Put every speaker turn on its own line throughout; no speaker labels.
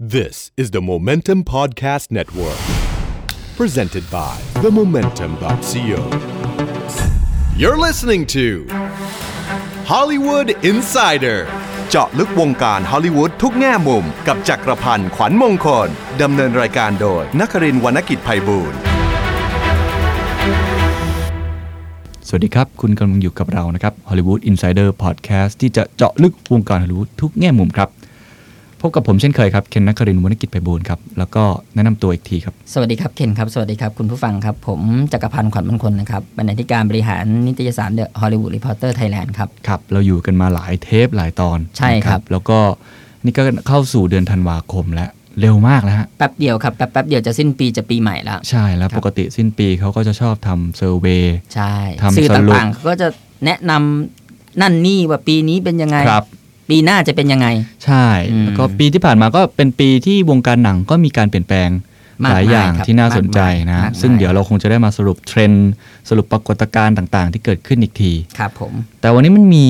This is the Momentum Podcast Network, presented by themomentum.co. You're listening to Hollywood Insider เจาะลึกวงการฮอลลีวูดทุกแง่มุม กับจักรพันธ์ขวัญมงคล ดำเนินรายการโดยนักรินทร์วรรณกิจไพบูลย์
สวัสดีครับ คุณกำลังอยู่กับเรานะครับ Hollywood Insider Podcast ที่จะเจาะลึกวงการฮอลลีวูดทุกแง่มุมครับ พบกับผมเช่นเคยครับ เคนนักครินทร์วรรณกิจไปบูลย์ครับ แล้วก็แนะนำตัวอีกทีครับ
สวัสดีครับเคนครับ สวัสดีครับ คุณผู้ฟังครับ ผมจักรพันธ์ขวัญมงคลนะครับบรรณาธิการบริหารนิตยสารเดอะฮอลลีวูดรีพอร์เตอร์ไทยแลนด์ครับ
ครับ เราอยู่กันมาหลายเทปหลายตอน
ใช่ครับ
นะแล้วก็นี่ก็เข้าสู่เดือนธันวาคมแล้ว เร็วมากแล้วฮะ
แป๊บเดียวครับ แป๊บแป๊บเดียวจะสิ้นปีจะปีใหม่แล้ว
ใช่แล้ว
ครับ
ปกติสิ้นปีเขาก็จะชอบทำเซอร์เวย
ใช่
ทำ
สื่อ
สรุป
ต่างๆเขาก็จะแนะนำนั่นนี่ว่าปีนี้เป็นยังไง
ครับ
ปีหน้าจะเป็นยังไง
ใช่
อืม
แล้วก็ปีที่ผ่านมาก็เป็นปีที่วงการหนังก็มีการเปลี่ยนแปลง
มาก
หลายอย่าง
มายครับ
ที่น่าสนใจ
มากมาย
นะ
มากมาย
ซึ่งเดี๋ยวเราคงจะได้มาสรุปเทรนด์สรุปปรากฏการณ์ต่างๆ ที่เกิดขึ้นอีกที
ครับผม
แต่วันนี้มันมี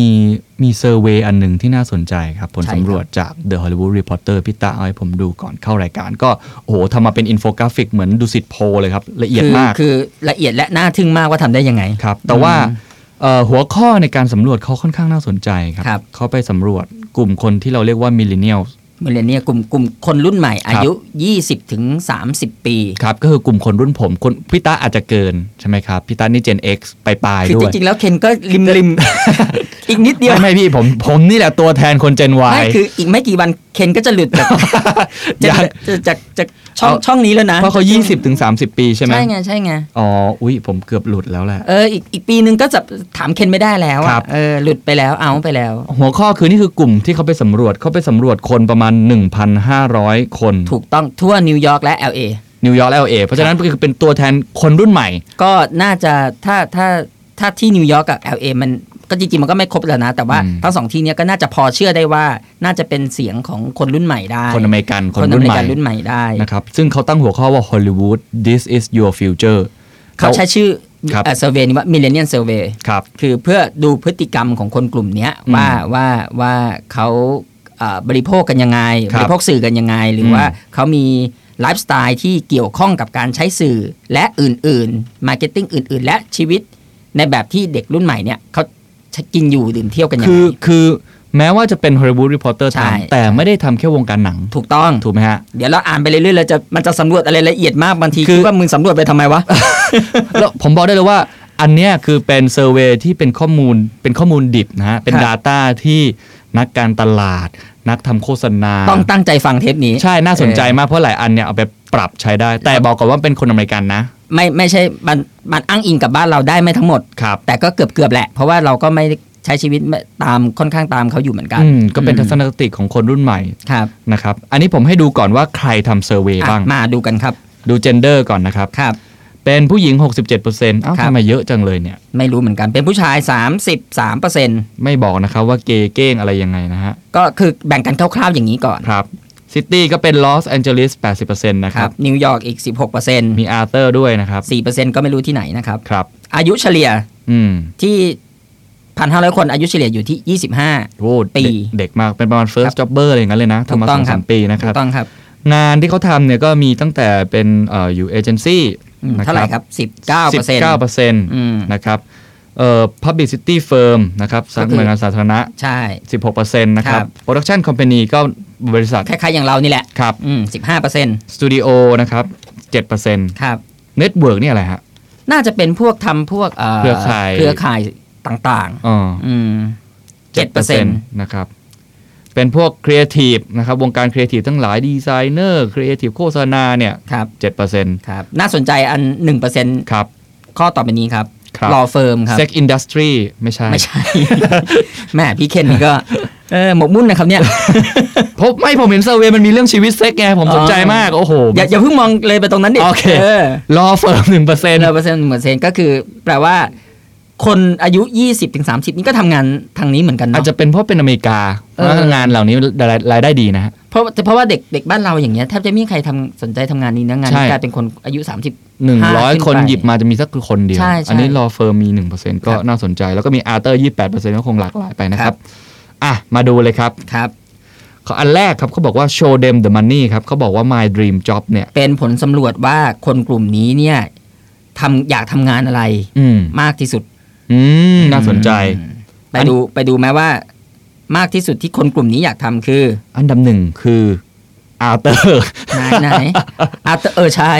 มีเซอร์เวยอันหนึ่งที่น่าสนใจครับ ผล
ใช่ครับ
สำรวจจาก The Hollywood Reporter พี่ตาเอาให้ผมดูก่อนเข้ารายการ ก็โอ้โหทำมาเป็นอินโฟกราฟิกเหมือนดูสิทโพลเลยครับ ละเอียด
คื
มาก
คือละเอียดและน่าทึ่งมากว่าทำได้ยังไง
ครับแต่ว่าเอ่อหัวข้อในการสำรวจเขาค่อนข้างน่าสนใจครับ
ครับ
เขาไปสำรวจกลุ่มคนที่เราเรียกว่ามิลเลนเนียล
มิเลเนียกลุ่มกลุ่มคนรุ่นใหม่อายุ 20ถึง30 ปี
ครับก็คือกลุ่มคนรุ่นผมคนพี่ตาอาจจะเกินใช่ไหมครับพี่ตานี่ Gen X ไปปลาย
คือ
ด้
จ
วย
ริงๆแล้วเคนก็ริมริมๆ อีกนิดเดียว
ไม่ไม่พี่ผมผมนี่แหละตัวแทนคน Gen Y
ไม่คืออีกไม่กี่วันเคนก็จะหลุดจาก
อ
จาย
าก ก
จากจากจากช่อง
เอา
ช่องนี้แล้วนะ
เพราะเขา 20ถึง30 ปีใช่ไหม
ใช่ไงใช่ไง
อ๋ออุ้ยผมเกือบหลุดแล้วแหละ
เอออีกอีกปีนึงก็จะถามเคนไม่ได้แล้ว
ค
อะ
รับ
เออหลุดไปแล้วเอาไปแล้ว
หัวข้อคือนี่คือกลุ่มที่เขาไปสำรวจเขาไปสำรวจคนประมาณ 1,500 คน
ถูกต้องทั่วนิวยอร์กและ LA
นิวยอร์กและ LA เพราะฉะนั้นก็คือเป็นตัวแทนคนรุ่นใหม่
ก็น่าจะถ้าถ้าถ้าที่นิวยอร์กกับ LA มันก็จริงๆมันก็ไม่ครบแล้วนะ แต่ว่า
อืม
ทั้งสองที่เนี้ยก็น่าจะพอเชื่อได้ว่าน่าจะเป็นเสียงของคนรุ่นใหม่ได้
คนอเมริกันคน
คนอ
รุ่
เม
น
ริ
ใหม่
กันรุ่นใหม่ได้
นะครับซึ่งเขาตั้งหัวข้อว่า Hollywood this is your future
เขาใช้ชื่อ
ครับ
เซอร์เวนี้ว่ามิเลเนียนเซอร์เว
ครับ
คือเพื่อดูพฤติกรรมของคนกลุ่มเนี้ย
อืม
ว่าว่าว่าเขาเอ่อบริโภคกันยังไง
ครับ
บริโภคสื่อกันยังไง หรืออ
ม
ว่าเขามีไลฟ์สไตล์ที่เกี่ยวข้องกับการใช้สื่อและอื่นๆ มาร์เก็ตติ้งอื่น ๆ และชีวิตในแบบที่เด็กรุ่นใหม่เนี่ยเขากินอยู่ดื่มเที่ยวกันยัง
คื
ไง
อคือแม้ว่าจะเป็น Hollywood Reporter
ใช่
ทำแต่ไม่ได้ทำแค่วงการหนัง
ถูกต้อง
ถูกไหมฮะ
เดี๋ยวเราอ่านไปเรื่อยๆเราจะมันจะสำรวจอะไรละเอียดมากบางที
คือ
คิดว่ามึงสำรวจไปทำไมวะ
แล้วผมบอกได้เลยว่า อันเนี้ยคือเป็นเซอร์เวยที่เป็นข้อมูลเป็นข้อมูลดิบนะฮะ เป็น
ครับ
Data ที่นักการตลาด นักทำโฆษณา
ต้องตั้งใจฟังเทปนี้
ใช่น่าสนใจมากเพราะหลายอันเนี่ยเอาไปปรับใช้ได้ แต่บอกก่อนว่าเป็นคนอเมริกันนะ
ไม่ไม่ใช่มันมันอ้างอิงกับบ้านเราได้ไม่ทั้งหมด
ครับ
แต่ก็เกือบเกือบๆแหละ เพราะว่าเราก็ไม่ได้ใช้ชีวิตตามค่อนข้างตามเขาอยู่เหมือนกัน
อืม ก็เป็นทัศนคติของคนรุ่นใหม่
ครับ
นะครับ อันนี้ผมให้ดูก่อนว่าใครทำเซอร์เวย
อ่ะ
บ้าง
มาดูกันครับ
ดูเจนเดอร์ก่อนนะครับ
ครับ
เป็นผู้หญิง 67%เอ้า
ครับ
ทำไมเยอะจังเลยเนี่ย
ไม่รู้เหมือนกันเป็นผู้ชาย 33เปอร์เซ็นต์
ไม่บอกนะครับว่าเกย์เก้งอะไรยังไงนะฮะ
ก็คือแบ่งกันคร่าวๆอย่างนี้ก่อน
ครับซิตี้ก็เป็นลอสแอนเจลิส80%นะค
ค
รั
รับ บนิวยอร์กอีก 16เปอร์เซ็นต์
มีอาร์เตอร์ด้วยนะครับ
สี่เปอร์เซ็นต์ก็ไม่รู้ที่ไหนนะครับ
ครับ
อายุเฉลี่ย
อืม
ที่พันห้าร้อยคนอายุเฉลี่ยอยู่ที่ 25
โอ้
ปี
เด็กเด็กมาก เป็นประมาณ first jobber อะไรอย่างนั้นเลยนะทำมา
ถูกต้
สอ
อ
ง ง
ครั
สา
บ
มปีนะค
ถู
รับ
กต้องครับ
งานที่เขาทำเนี่ยก็มีตั้งแต่เป็นเอ่ออยู่เอเจนซี่
อืมเท่าไหร่ครับ 19เปอร์เซ็นต์
19เปอร์เซ็นต์
อืม
นะครับเอ่อ publicity firm นะครับสร้างหน่วยงานสาธารณะ
ใช่
16เปอร์เซ็นต์นะครับ
ครับ
production company ก็บริษัท
คล้ายๆอย่างเรานี่แหละ
ครับ
อืม15เปอร์เซ็นต์
สตูดิโอนะครับ7เปอร์เซ็นต์
ครับ
เน็ตเวิร์กนี่อะไรฮะ
น่าจะเป็นพวกทำพวก
เครือข่าย
เครือข่ายต่าง
อ๋อ
ๆ อืมเจ็ดเปอร์เซ็นต์
7%นะครับ เป็นพวกครีเอทีฟนะครับ วงการครีเอทีฟทั้งหลายดีไซเนอร์ครีเอทีฟโฆษณาเนี่ย
ครับ
เจ็ดเปอร์เซ็นต์
ครับ น่าสนใจอันหนึ่งเปอร์เซ็นต์
ครับ
ข้อต่อไปนี้ครับ
ครับ
อเฟิร์มครับ
เซ็กอินดัสทรีไม่ใช่
ไม่ใช่ แหม่พี่เคนนี่ ก็ เออหมกมุ่นนะครับเนี่ย
พบไม่ผมเห็นเซอร์เวยมันมีเรื่องชีวิตเซ็กไง ผมสนใจ
อ๋อ
มาก โอ้โห
อย่าอย่าเพิ่งมองเลยไปตรงนั้นดิ
โอเค
ออ
รอเฟิร์มหนึ่งเปอร์เซ็นต์
เปอร์เซ็นต์เปอร์เซ็นต์ก็คือ แปลว่า คนอายุ 20-30ถึง30 นี่ก็ทำงานทางนี้เหมือนกัน
อา
เนาะ
จจะเป็นเพราะเป็นอเมริกา
เออ
เพราะงานเหล่านี้รายรายได้ดีนะฮะ
เพราะเพราะว่าเด็กเด็กบ้านเราอย่างเงี้ยแทบจะไม่มีใครทำสนใจทำงานนี้นะงาน
ใช่
นี้กลายเป็นคนอายุ 30
หนึ่งร้อย
ขึ้นไป
คนหยิบมาจะมีสักคนเดียว
ใช่ใช่
อันนี้รอเฟิร์มมีหนึ่งเปอร์เซ็นต์ก็
ครับ
น่าสนใจ แล้วก็มีอาร์เตอร์ยี่แปดเปอร์เซ็นต์ก็คงหลากหลายไปนะครับ อ่ะ มาดูเลยครับ
ครับ
เขาอันแรกครับเขาบอกว่า show them the money ครับเขาบอกว่า my dream job เนี่ย
เป็นผลสำรวจว่าคนกลุ่มนี้เนี่ยทำอยากทำงานอะไร
อืม
มากที่สุด
อืมน่าสนใจ
ไปดูไปดูไหมว่า มากที่สุดที่คนกลุ่มนี้อยากทำคือ
อันดับหนึ่งคืออาร์เตอร์
ไหน ไหนอ่ะเออใช่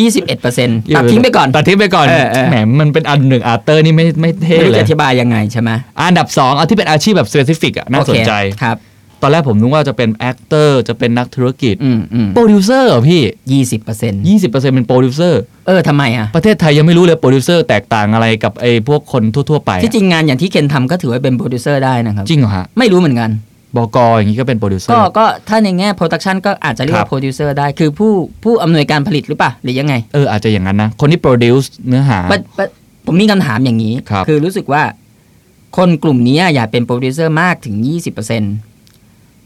ยี่สิบเอ็ดเปอร์เซ็นต์ ตัดทิ้งไปก่อน
ตัดทิ้งไปก่อน
เออเออ
แหมมันเป็นอันหนึ่งอาร์เตอร์นี่ไม่ไม่เท่
ไม่รู้
เล
จะ
ย
อธิบายยังไงใช่ไหม
อันดับสองเอาที่เป็นอาชีพแบบ specific อะน่า
โอเค
สนใจ
ครับ
ตอนแรกผมนึกว่าจะเป็นแอคเตอร์จะเป็นนักธุรกิจ
อืมอืม
โปรดิวเซอร์เหรอพี่
ยี่สิบเปอร์เซ็นต์
20%เป็นโปรดิวเซอร์
เออทำไมอ่ะ
ประเทศไทยยังไม่รู้เลยโปรดิวเซอร์แตกต่างอะไรกับไอ้พวกคนทั่ว ๆ ไปอะ
ที่จริงงานอย่างที่เคนทำก็ถือว่าเป็นโปรดิวเซอร์ได้นะครับ
จริงเหรอฮะ
ไม่รู้เหมือนกัน
บกอย่างนี้ก็เป็นโปรดิวเซอ
ก็
ร์
ก็ถ้าในแง่โปรดักชันก็อาจจะเรีย
ค
ก
รับ
ว่าโปรดิวเซอร์ได้ คือผู้ผู้อำนวยการผลิตหรือเปล่าหรือยังไง
เอออาจจะอย่างนั้นนะ คนที่โปรดิวซ์เนื้อหา
ปะปะผมมีคำถามอย่างนี้
ครับ
คือรู้สึกว่าคนกลุ่มนี้อยากเป็นโปรดิวเซอร์มากถึง 20%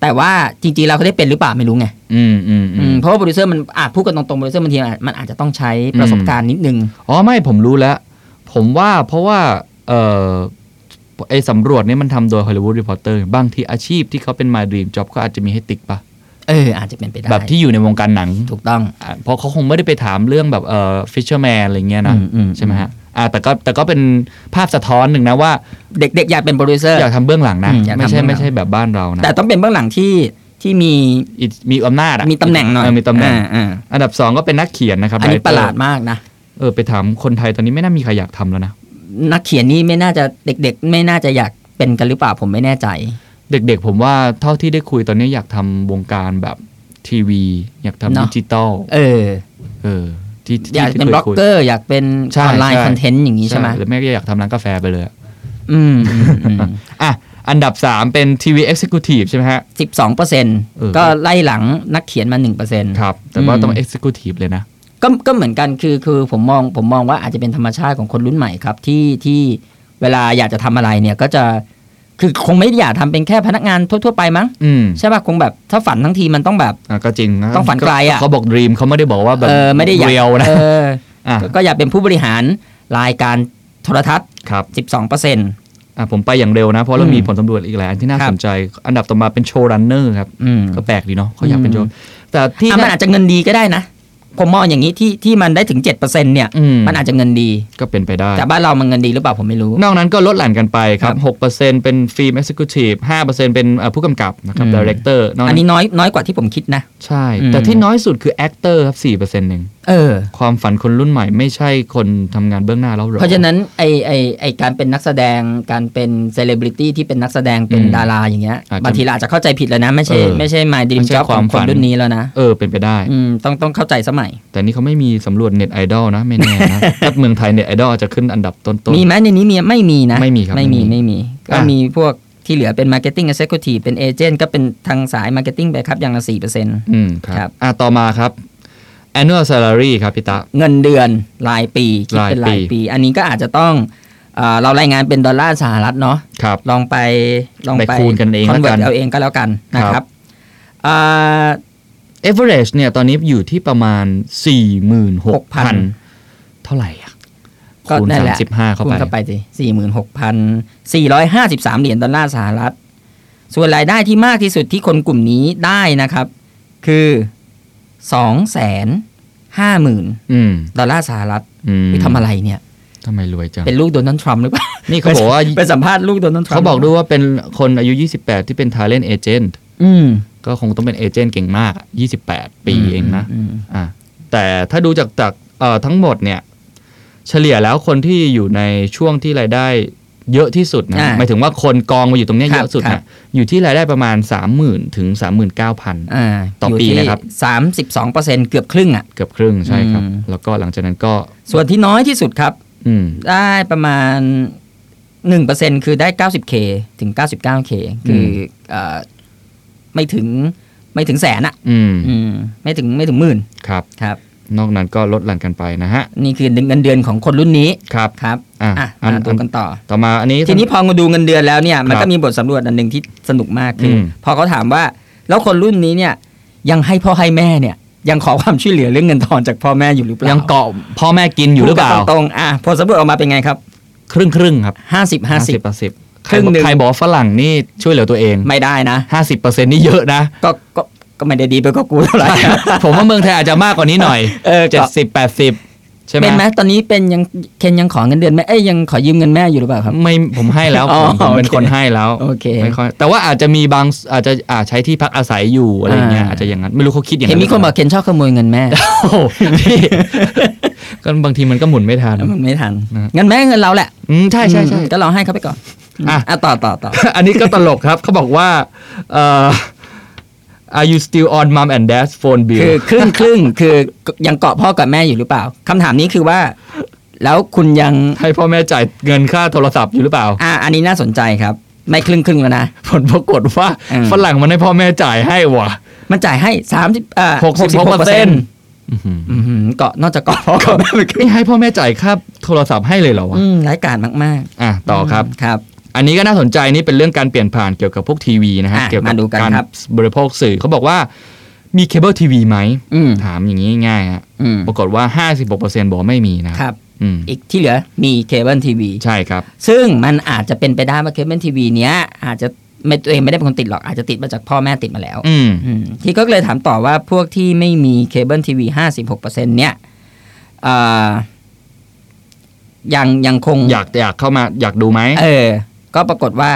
แต่ว่าจริงๆเราเขาได้เป็นหรือเปล่าไม่รู้ไง
อืมอืมอื
อื
ม
มเพราะว่าโปรดิวเซอร์มันอาจพูดกันตรงๆโปรดิวเซอร์บางทีมันอาจจะต้องใช้ประสบการณ์นิดนึง
อ๋อไม่ผมรู้แล้ว ผมว่าเพราะว่าเออไอ้สำรวจเนี่ยมันทำโดย Hollywood Reporter บางทีอาชีพที่เขาเป็น My Dream Job ก็อาจจะมีให้ติ๊กปะ
เออ อาจจะเป็นไปได้
แบบที่อยู่ในวงการหนัง
ถูกต้อง
อ่ะเพราะเขาคงไม่ได้ไปถามเรื่องแบบเอ่อ Fisherman อะไรเงี้ยนะ
อืมอืม
ใช่ไหมฮะอ่าแต่ก็แต่ก็เป็นภาพสะท้อนหนึ่งนะว่า
เด็กๆอยากเป็นโปรดิวเซอร์
อยากทำเบื้องหลังนะ
อืมอยากทำ
ไม่ใช่
เบื้องหลัง
ไม่ใช่แบบบ้านเรานะ
แต่ต้องเป็นเบื้องหลังที่ที่มี
อิมีอำนาจอะ
มีตำแหน่งหน่อย
เมีตำแหน่ง
อ่าอ่า
อันดับ 2 ก็เป็นนักเขียนนะครับ
อันนี้
writer
ประหลาดมากนะ
เออไปถามคนไทยตอนนี้ไม่น่ามีใครอยากทำแล้วนะ
นักเขียนนี่ไม่น่าจะเด็ก ๆ ไม่น่าจะอยากเป็นกันหรือเปล่าผมไม่แน่ใจ
เด็กๆ ผมว่าเท่าที่ได้คุยตอนนี้อยากทำวงการแบบทีวี อยากทำ
เนอะ
ดิจิตอล
เออ
เออที่ที่
อยากเป็น
ที่
บ
ค
ล็อก
คุย
เกอร์อยากเป็น
ใช่
ออนไลน์
ใช่
คอนเทนต์อย่างนี้ใช่ไหม
หรือแม่ก็อยากทำร้านกาแฟไปเลยอะ
อืม
อ่ะอันดับ 3 เป็นทีวีเอ็กซ์ i ิคิวทีฟใช่ไหมฮะ
สิบสองเปอร์เซ็นต์
เออ
ก็ไล่หลังนักเขียนมาหนึ่งเปอร์เซ็นต์
ครับ แต่ว่า
อืม
ต้องเอ็กซ์ i ิคิวทีฟเลยนะ
ก็ก็เหมือนกันคือคือผมมองผมมองว่าอาจจะเป็นธรรมชาติของคนรุ่นใหม่ครับที่ที่เวลาอยากจะทำอะไรเนี่ยก็จะคือคงไม่ได้อยากทำเป็นแค่พนักงานทั่ว ๆ ไปมั้ง
อืม
ใช่ป่ะคงแบบถ้าฝันทั้งทีมันต้องแบบ
อ่ะก็จริงะ
ต้องฝันไกลอะ
เขาบอกดีมเขาไม่ได้บอกว่าแบบ
เออไม่ได้อยาก
เรียวนะ
เออ
อ่ะ
ก็อยากเป็นผู้บริหารรายการโทรทัศน์
ครับ
12เปอร์เซ็นต์
อ่ะผมไปอย่างเร็วนะ เพราะเรา
อืม
มีผลสำรวจอีกหลายอันที่น่า
ครั
ส
บ
นใจ อันดับต่อมาเป็นโชว์รันเนอร์ครับ
อืม
ก็แปลกดีเนาะเขาอยากเป็นโชว์ แต่ที่
อ่ะมัน
น่า
อาจจะเงินดีก็ได้นะ ผมมองอย่างนี้ที่ที่มันได้ถึง7%เนี่ย
อืม
มันอาจจะเงินดี
ก็เป็นไปได้
แต่บ้านเรามันเงินดีหรือเปล่าผมไม่รู้
นอกนั้นก็ลดหลั่นกันไปครั
ครับ บ
6%เป็นฟิล์มเอ็กซ์คิวทีฟ5%เป็นเอ่อผู้กำกับนะครับ
อืม
ดีเรคเตอร์นอก
อัน
นั้
นี้
น
น้อยน้อยกว่าที่ผมคิดนะ
ใช่
อืม
แต่ที่น้อยสุดคือแอคเตอร์ครับ4%เอง
เออ
ความฝันคนรุ่นใหม่ไม่ใช่คนทำงานเบื้องหน้าแล้วหรอ
เพราะฉะนั้นไอไอไอการเป็นนักแสดงการเป็นเซเลบริตี้ที่เป็นนักแสดงเป็น
อืม
ดาราอย่างเงี้ย
อาจจะ
บางทีเราอาจจะเข้าใจผิดแล้วนะ ไม่ใช่
เออ
ไม่ใช่ my
ไม่
dream
ใช่
job
ค
ข
วา
อ
ม
ง
ฝั
คน นรุ่นนี้แล้วนะ
เออเป็นไปได้
อืมต้องต้องเข้าใจสมัย
แต่นี่เขาไม่มีสำรวจเน็ตไอดอลนะไม่แน่ นะ ถ้าเมืองไทยเน็ตไอดอลอาจจะขึ้นอันดับต้นๆ
มีไหมในนี้มีไม่มีนะ
ไม่มีครับ
ไม่มี
ไม่
ไม่
มี
มีก็
อ่ะ
มีพวกที่เหลือเป็น marketing executive เป็น agent ก็เป็นทางสาย marketing ไปครับอย่างละ4%เ
อืมค
ครั
รับ
บ
อ่ะต่อมาครับ annual salary ครับพี่ตะ
เงินเดือนรายปีคิดเป็
ราร
นาย ย
ปี
ปี อันนี้ก็อาจจะต้องเอ่อเรารายงานเป็นดอลลาร์สหรัฐเนาะ
ครับ
ลองไปลองไป
ไปคูณกันเอง
คอน
แล้ว
เวิ
กั
ร์
น
ตเอาเองก็แล้วกันนะ
ค
ค
รั
รับ บเอ่อ
average เนี่ยตอนนี้อยู่ที่ประมาณ 46,000 เท่าไหร่อ่ะ
ก็
คูณ
นั่นแหละ
35เข้า
คูณ
ไป
เข้าไปสิสี่หมื่นหกพันสี่ร้อยห้าสิบสามเหรียญดอลลาร์สหรัฐ ส่วนรายได้ที่มากที่สุดที่คนกลุ่มนี้ได้นะครับ คือสองแสนห้าหมื่น
อืม
ดอลลาร์สหรัฐ
อืม
ไปทำอะไรเนี่ย
ทำไมรวยจัง
เป็นลูกโดนัลด์ทรัมป์หรือเปล่า
นี่เขาบอกว่า
ไปสัมภาษณ์ลูกโดนัลด์ทรัมป์
เขาบอกด้วยว่าเป็นคนอายุ 28 ที่เป็น talent agent
อืม
ก็คงต้องเป็นเอเจนต์เก่งมากอะ28 ปีเองนะ
ม
อ่ะแต่ถ้าดูจากจากเอ่อทั้งหมดเนี่ย เฉลี่ยแล้วคนที่อยู่ในช่วงที่รายได้เยอะที่สุดนะ
อ่า
หมายถึงว่าคนกองมาอยู่ตรงเนี้ย
ครั
เย
บ
อะสุด
ครั
นะ
บ
อยู่ที่รายได้ประมาณ 30,000 ถึง 39,000
อ่า
ต่ออยู่ ปี
ที่
นะครับ
สามสิบสองเปอร์เซ็นต์เกือบครึ่งอ่ะ
เกือบครึ่งใช่ครับ
อืม
แล้วก็หลังจากนั้นก็
ส่วนที่น้อยที่สุดครับ
อืม
ได้ประมาณหนึ่งเปอร์เซ็นคือได้เก้าสิบเคถึงเก้าสิบเก้าเคคือเอ่อไม่ถึงไม่ถึงแสนอ่ะ
อืม
อืม ไม่ถึงไม่ถึงหมื่น
ครับ
ครับ
นอกนั้นก็ลดหลั่นกันไปนะฮะ
นี่คือเงินเดือนของคนรุ่นนี้
ครับ
ครับ
อ่ะ
อ่ะ
อัน
มา
อั
ดู
น
กันต่อ
ต่อมาอันนี้
ทีนี้พอมาดูเงินเดือนแล้วเนี่ยมั
ค
น
รับ
ก็มีบทสำรวจอันหนึ่งที่สนุกมากคืออ
ม
พอเขาถามว่า แล้วคนรุ่นนี้เนี่ย ยังให้พ่อให้แม่เนี่ย ยังขอความช่วยเหลือเรื่องเงินทอนจากพ่อแม่อยู่หรือเปล่า
ยังเกาะพ่อแม่กินอยู่หรือเปล่า
พูดกันตรงๆอ่ะผลสำรวจออกมาเป็นไงครับ
ครึ่งครึ่งๆครับ
ห้าสิบห้าสิบ
ต่อสิบ
ครึ่งหนึ่ง
ใครบอกว่าฝรั่งนี่ช่วยเหลือตัวเอง
ไม่ได้นะ
50%นี่เยอะ นะ
ก็ก็ก็ไม่ได้ดีไปกว่ากูเท่าไหร่
ผมว่าเมืองไทยอาจจะมากกว่านี้หน่อย
เออก็
เจ็ดสิบแปดสิบใช่ไหม
เป็นไหมตอนนี้เป็นยังเคนยังขอเงินเดือนแม่เอ้ยยังขอยืมเงินแม่อยู่หรือเปล่าครับ
ไม่ผมให้แล้วผม
อ๋อ
ผมเป็น
โอเค
คนให้แล้ว
โอเค
ไม่ยแต่ว่าอาจจะมีบางอาจจะอาใช้ที่พักอาศัยอยู่อะไรอย่างเงี้ย
อ่า
อาจจะอย่างนั้น ไม่รู้เขาคิดอย่าง
เห็น
นั้น
มีคนบอกเคนชอบขโมยเงินแม่
โอ้โหพี่ ก็บางทีมันก็หมุนไม่ทัน
มันไม่ทัน
นะฮะ
เงินแม่เงินเราแหละ
อืมใช่ใช่ใช่
อืมก็เราให้เขาไปก่อน
อ่ะ
อ่ะต่อต่อต่อ
อันนี้ก็ตลกครับเขาบอกว่าเอ่อ Are you still on mom and dad's phone
คื
bill
อครึ่งครึ่งคือยังเกาะพ่อกับแม่อยู่หรือเปล่าคำถามนี้คือว่า แล้วคุณยัง
ให้พ่อแม่จ่ายเงินค่าโทรศัพท์อยู่หรือเปล่า
อ่า อันนี้น่าสนใจครับ ไม่ครึ่งครึ่งแล้วนะ
ผลปรากฏว่า
เออ
ฝรั่งมันให้พ่อแม่จ่ายให้ว่ะ
มันจ่ายให้สามสิบอ่า
66%
เกาะนอกจากเกาะพ่อกับแม่มันคือ
นี่ให้พ่อแม่จ่ายค่าโทรศัพท์ให้เลยเหรอวะ
อืมร้ายกาจมาก
อ่ะ
ๆ
ต่อครับ
ครับ
อันนี้ก็น่าสนใจนี่เป็นเรื่องการเปลี่ยนผ่านเกี่ยวกับพวกทีวีนะฮะ
อ่ะ
เกี่ยวกั
มาดูกัน
การ
ครับ
บริโภคสื่อเขาบอกว่ามีเคเบิลทีวีไหม
อืม
ถามอย่างนี้ง่ายๆฮะ
อืม
ปรากฏว่า 56%บอกไม่มีนะครับ อืม
อีกที่เหลือมีเคเบิลทีวี
ใช่ครับ
ซึ่งมันอาจจะเป็นไปได้ว่าเคเบิลทีวีเนี้ยอาจจะไม่ตัวเองไม่ได้เป็นคนติดหรอกอาจจะติดมาจากพ่อแม่ติดมาแล้ว
อืม
อืมที่ก็เลยถามต่อว่าพวกที่ไม่มีเคเบิลทีวีห้าสิบหกเปอร์เซ็นเนี่ยอ่ายังยังคง
อยากอยากเข้ามาอยากดูไหม
เออ ก็ปรากฏว่า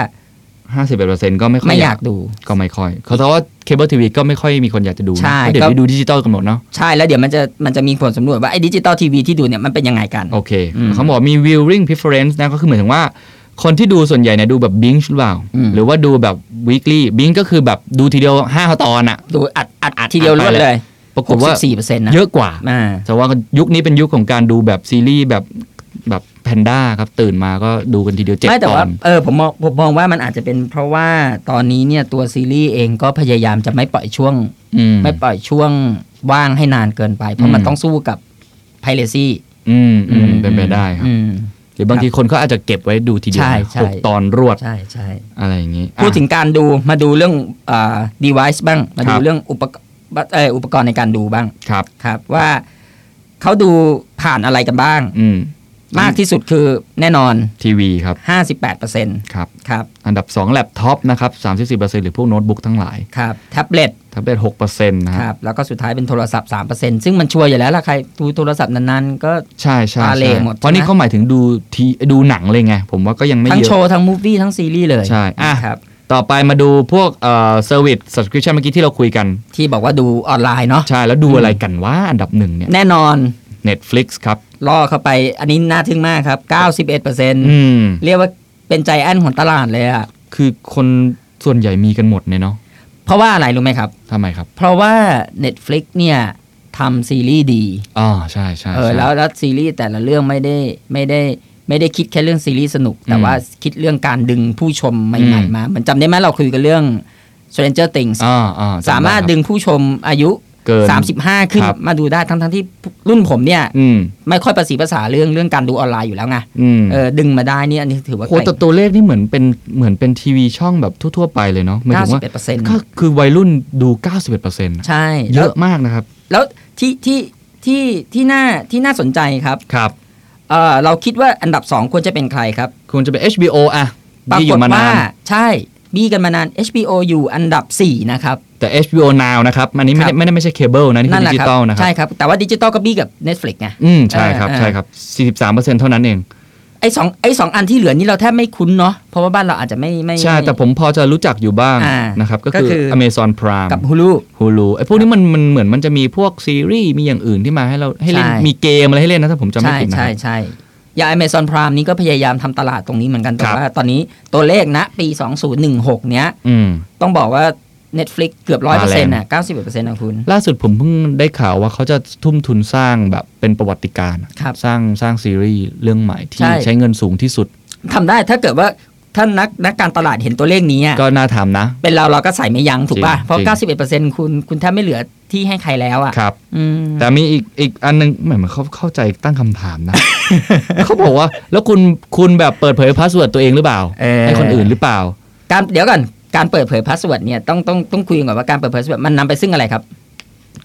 ห้าสิบเอ็ดเปอร์เซ็นต์ก็ไม่ค่อย
ไม่อ
อาย
ยาก กดู
ก็ไม่ค่อยเขาเพราะว่าเคเบิลทีวีก็ไม่ค่อยมีคนอยากจะดูนะ
ใช่
เพราะเดี๋ยว
ก็
ไปดูดิจิตอลกันหมดเนาะ
ใช่แล้วเดี๋ยวมันจะมันจะมีผลสำรวจว่าไอ้ดิจิตอลทีวีที่ดูเนี่ยมันเป็นยังไงกัน
โอเค
อืม
เขาบอกมี viewing preference นะก็คือเหมือนถึงว่า คนที่ดูส่วนใหญ่เนี่ยดูแบบ binge หรือเปล่า
อืม
หรือว่าดูแบบ weekly binge ก็คือแบบดูทีเดียวห้าตอนอะ
ดูอัดอัดอัดทีเดียวรวดเลย
ปราก
ห
ฏ
กสิ
ว่า
บสี่เปอร์เซ็นต์นะ
เยอะกว่า
อ่า
แต่ว่ายุคนี้เป็นยุคของการดูแบบซีรีส์แบบแบบแพนด้าครับ ตื่นมาก็ดูกันทีเดียวเจ็ด
ไม่แต่
ตอ
ว่าน เออผมมองผมมองว่ามันอาจจะเป็นเพราะว่าตอนนี้เนี่ยตัวซีรีส์เองก็พยายามจะไม่ปล่อยช่วง
อืม
ไม่ปล่อยช่วงว่างให้นานเกินไป เพ
อื
ราะ
ม
มันต้องสู้กับ piracy
อืมอืมเป็นไปได้ครับ
อืม
หรือบางทีคนเขาอาจจะเก็บไว้ดูทีเดียว
ใช่ใช่
หกตอนรวด
ใช่ใช่
อะไรอย่างนี้
พูดถึ
อ่ะ
งการดูมาดูเรื่องอ่า device บ้าง มา
ค
ดู
รับ
เรื่องอุปกรณ์เอออุปกรณ์ในการดูบ้าง
ครับ
ครับ ว่าเขาดูผ่านอะไรกันบ้าง
อืม
มากที่สุดคือแน่นอน
ทีวีครับ
58%
ครับ
ครับ
อันดับ 2 แล็ปท็อปนะครับ 34%หรือพวกโน้ตบุ๊กทั้งหลาย
ครับแท็บเล็ต
แท็บเล็ต6%นะ
ค
ค
รั
รับบ
แล้วก็สุดท้ายเป็นโทรศัพท์ 3%ซึ่งมันชัวร์อยู่แล้วล่ะใครดูโทรศัพท์นานๆก็
ใช่ใช่
ตาเหล่
ใช่
หมดใช่ไหม
เพราะนี่เขาหมายถึงดูทีดูหนังเลยไง ผมว่าก็ยังไม่
ทั้ง
เย
โช
อะ
ว์ทั้งมูฟวี่ทั้งซีรีส์เลย
ใช่อ่ะ
ครับ
ต่อไปมาดูพวกเอ่อเซอร์วิสสับสคริปชั่นเมื่อกี้ที่เราคุยกัน
ที่บอกว่าดูออนไลน์เนาะ
ใช่แล้วดูอะไรกันว่าอันดับหนึ่งเนี่ย
แน่นอน
Netflix ครับ
ล่อเข้าไปอันนี้น่าทึ่งมากครับ 91%
อืม
เรียกว่าเป็นใจแอนของตลาดเลยอะ
คือคนส่วนใหญ่มีกันหมดเนี่ยเนาะ
เพราะว่าอะไรรู้ไหมครับ
ทำไมครับ
เพราะว่า Netflix เนี่ยทำซีรีส์ดี
อ๋อ ใช่ใช่
เออ
ใช่
แล้วแล้วซีรีส์แต่ละเรื่องไม่ได้ไม่ได้ไม่ได้คิดแค่เรื่องซีรีส์สนุก แต่
อืม
ว่าคิดเรื่องการดึงผู้ชมใหม่
อืม
ๆมาเหมือนจำได้ไหมเราคุยกันเรื่อง Stranger Things
อ่าอ่าจำไคบ
สามารถดึงผู้ชมอายุ
เกิน
35 ขึ้น
ครับ
มาดูได้ทั้งทั้งๆที่รุ่นผมเนี่ย
อืม
ไม่ค่อยประสีภาษาเรื่องเรื่องการดูออนไลน์อยู่แล้วไง
อืม
เออดึงมาได้เนี่ยอันนี้ถือว่า
โหแต่ตัวเลขนี่เหมือนเป็นเหมือนเป็นทีวีช่องแบบทั่วๆไปเลยเนาะหมาย
เก้า
ถึง
สิบ
ว่า
เอ็ดเปอร์เซ็นต์
ก็คือวัยรุ่นดู 91%อร์เซ็นต์
ใช่
เย
แล้ว
อะมากนะครับ
แล้วที่ที่ที่ที่น่าที่น่าสนใจครับ
ครับ
เออเราคิดว่าอันดับ 2 ควรจะเป็นใครครับ
คุณจะเป็น HBO อ่ะ
ปรา
ที่อก
ฏ
ยู่มานา
ว่าน ใช่ บี้กันมานาน HBO อยู่อันดับ 4 นะครับ
แต่ HBO Now นะครับ อันนี้ไม่
ครั
ได้
บ
ไม่ได้ไม่ใช่เคเบิลนะ นี่
นั่
คือ
นแห
ดิจิ
ละครั
ตอลนะครั
ใช่
บ
ครับ แต่ว่าดิจิตอลก็บี้กับ Netflix ไง
อืม ใช่ครับ
เออ
ใช่ครับ 43%เท่านั้นเอง
ไอ้สองไอ้สองอันที่เหลือนี่เราแทบไม่คุ้นเนาะเพราะว่าบ้านเราอาจจะไม่ไม่
ใช่ แต่ผมพอจะรู้จักอยู่บ้าง
อ่า
นะครับ ก็
ก็
คือ
คือ
Amazon Prime
กับ Hulu
Hulu ไอ้พวกนี้มันมันเหมือนมันจะมีพวกซีรีส์มีอย่างอื่นที่มาให้เราให้เล่น
ใช่
มีเกมอะไรให้เล่นนะ ถ้าผมจำไม่
ใช่
ผิดนะค
ใช่
รับ
ใช่อย่าง Amazon Prime นี้ก็พยายามทำตลาดตรงนี้เหมือนกัน แต่
ครับ
ว่าตอนนี้ตัวเลขนะปี 2016 เนี้ย
อืม
ต้องบอกว่า Netflix เกือบร้อย
มา
เปอร์
แร
เซ็น
ง
ต์อ่ะเก้าสิบเอ็ดเปอร์เซ็นต์นะคุณ
ล่าสุดผมเพิ่งได้ข่าวว่าเขาจะทุ่มทุนสร้างแบบเป็นประวัติการณ์
ครับ
สร้างสร้างซีรีส์เรื่องใหม่ที่
ใช่
ใช้เงินสูงที่สุด
ทำได้ถ้าเกิดว่าท่านนักนักการตลาดเห็นตัวเลขนี้อะ
ก็น่าทำนะ
เป็นเราเราก็ใส่ไม่ยั้งถูกป่ะ
จริง
เพราะ
จริ
91เปอร์เซ็นต์คุณคุณแทบไม่เหลือที่ให้ใครแล้วอ่ะ
ครับ
อืม
แต่มีอีกอีกอันหนึงเหมือนเขาเข้าใจตั้งคำถาม นะ เขาบอกว่า แล้วคุณคุณแบบเปิดเผยพาสเวิร์ดตัวเองหรือเปล่า
เอ่อ
ให้คนอื่นหรือเปล่า
การเดี๋ยวก่อน การเปิดเผยพาสเวิร์ดเนี่ยต้องต้องต้องคุยก่อนว่าการเปิดเผยพาสเวิร์ดมันนำไปซึ่งอะไรครับ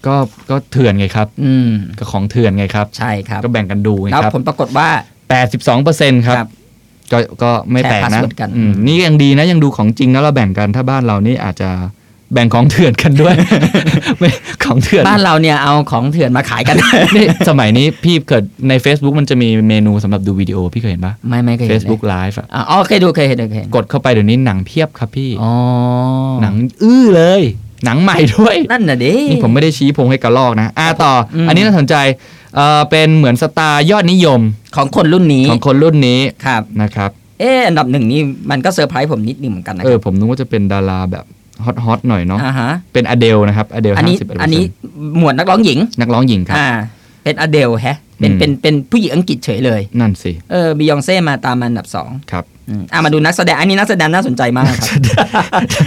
ก็ก็เถื่อนไงครับ
อืม
ก็ของเถื่อนไงครับ
ใช่ครับ
ก็แบ่งกันดูไง
แล้ว
ครับ
ผลปรากฏว่า
แปดสิบสองเปอร์เซ็นต์ครับ ก็ก็ไม่แปลก
แชร์
นะ
password กัน
อืมนี่ยังดีนะยังดูของจริงนะเราแบ่งกันถ้าบ้านเรานี่อาจจะแบ่งของเถื่อนกัน ด้วย ไม่ของเถื่อน
บ้านเราเนี่ยเอาของเถื่อนมาขายกัน
นี่สมัยนี้พี่เกิดใน Facebook มันจะมีเมนูสำหรับดูวิดีโอพี่เคยเห็นปะ
ไม่ไม่เคยเห็นเลย
Facebook Live อะ
อ่ะอ๋อเคยดูเคยเห็นเคยเห็น
กดเข้าไปเดี๋ยวนี้หนังเพียบครับพี่
อ๋อ
หนังอื้อเลย หนังใหม่ด้วย
นั่นน่ะดิ
นี่ผมไม่ได้ชี้พงให้กระลอกนะอ่าต่ออ
ม
อันนี้น่าสนใจเอ่อเป็นเหมือนสตาร์ยอดนิยม
ของคนรุ่นนี้
ของคนรุ่นนี้
ครับ
นะครับ
เอออันดับหนึ่งนี่มันก็เซอร์ไพรส์ผมนิดหนึงเหมือนกันนะ
เอ
ค
อ
รับ
ผมนึกว่าจะเป็นดาราแบบฮอตฮอตๆหน่อยเนาะ
อ่าฮะ
เป็นอเดลนะครับอเดล
อันนี้
ห้าสิบ
อันนี้หมวดนักร้องหญิง
นักร้องหญิงครับ
อ่า เป็นอเดลแฮะ เป็น
อืม
เป็นเป็นผู้หญิงอังกฤษเฉยเลย
นั่นสิ
เออบิยองเซ่มาตามมาอันดับสอง
ครับ
อืมอ่ามาดูนักแสดง อันนี้นักแสดงน่าสนใจมากครับ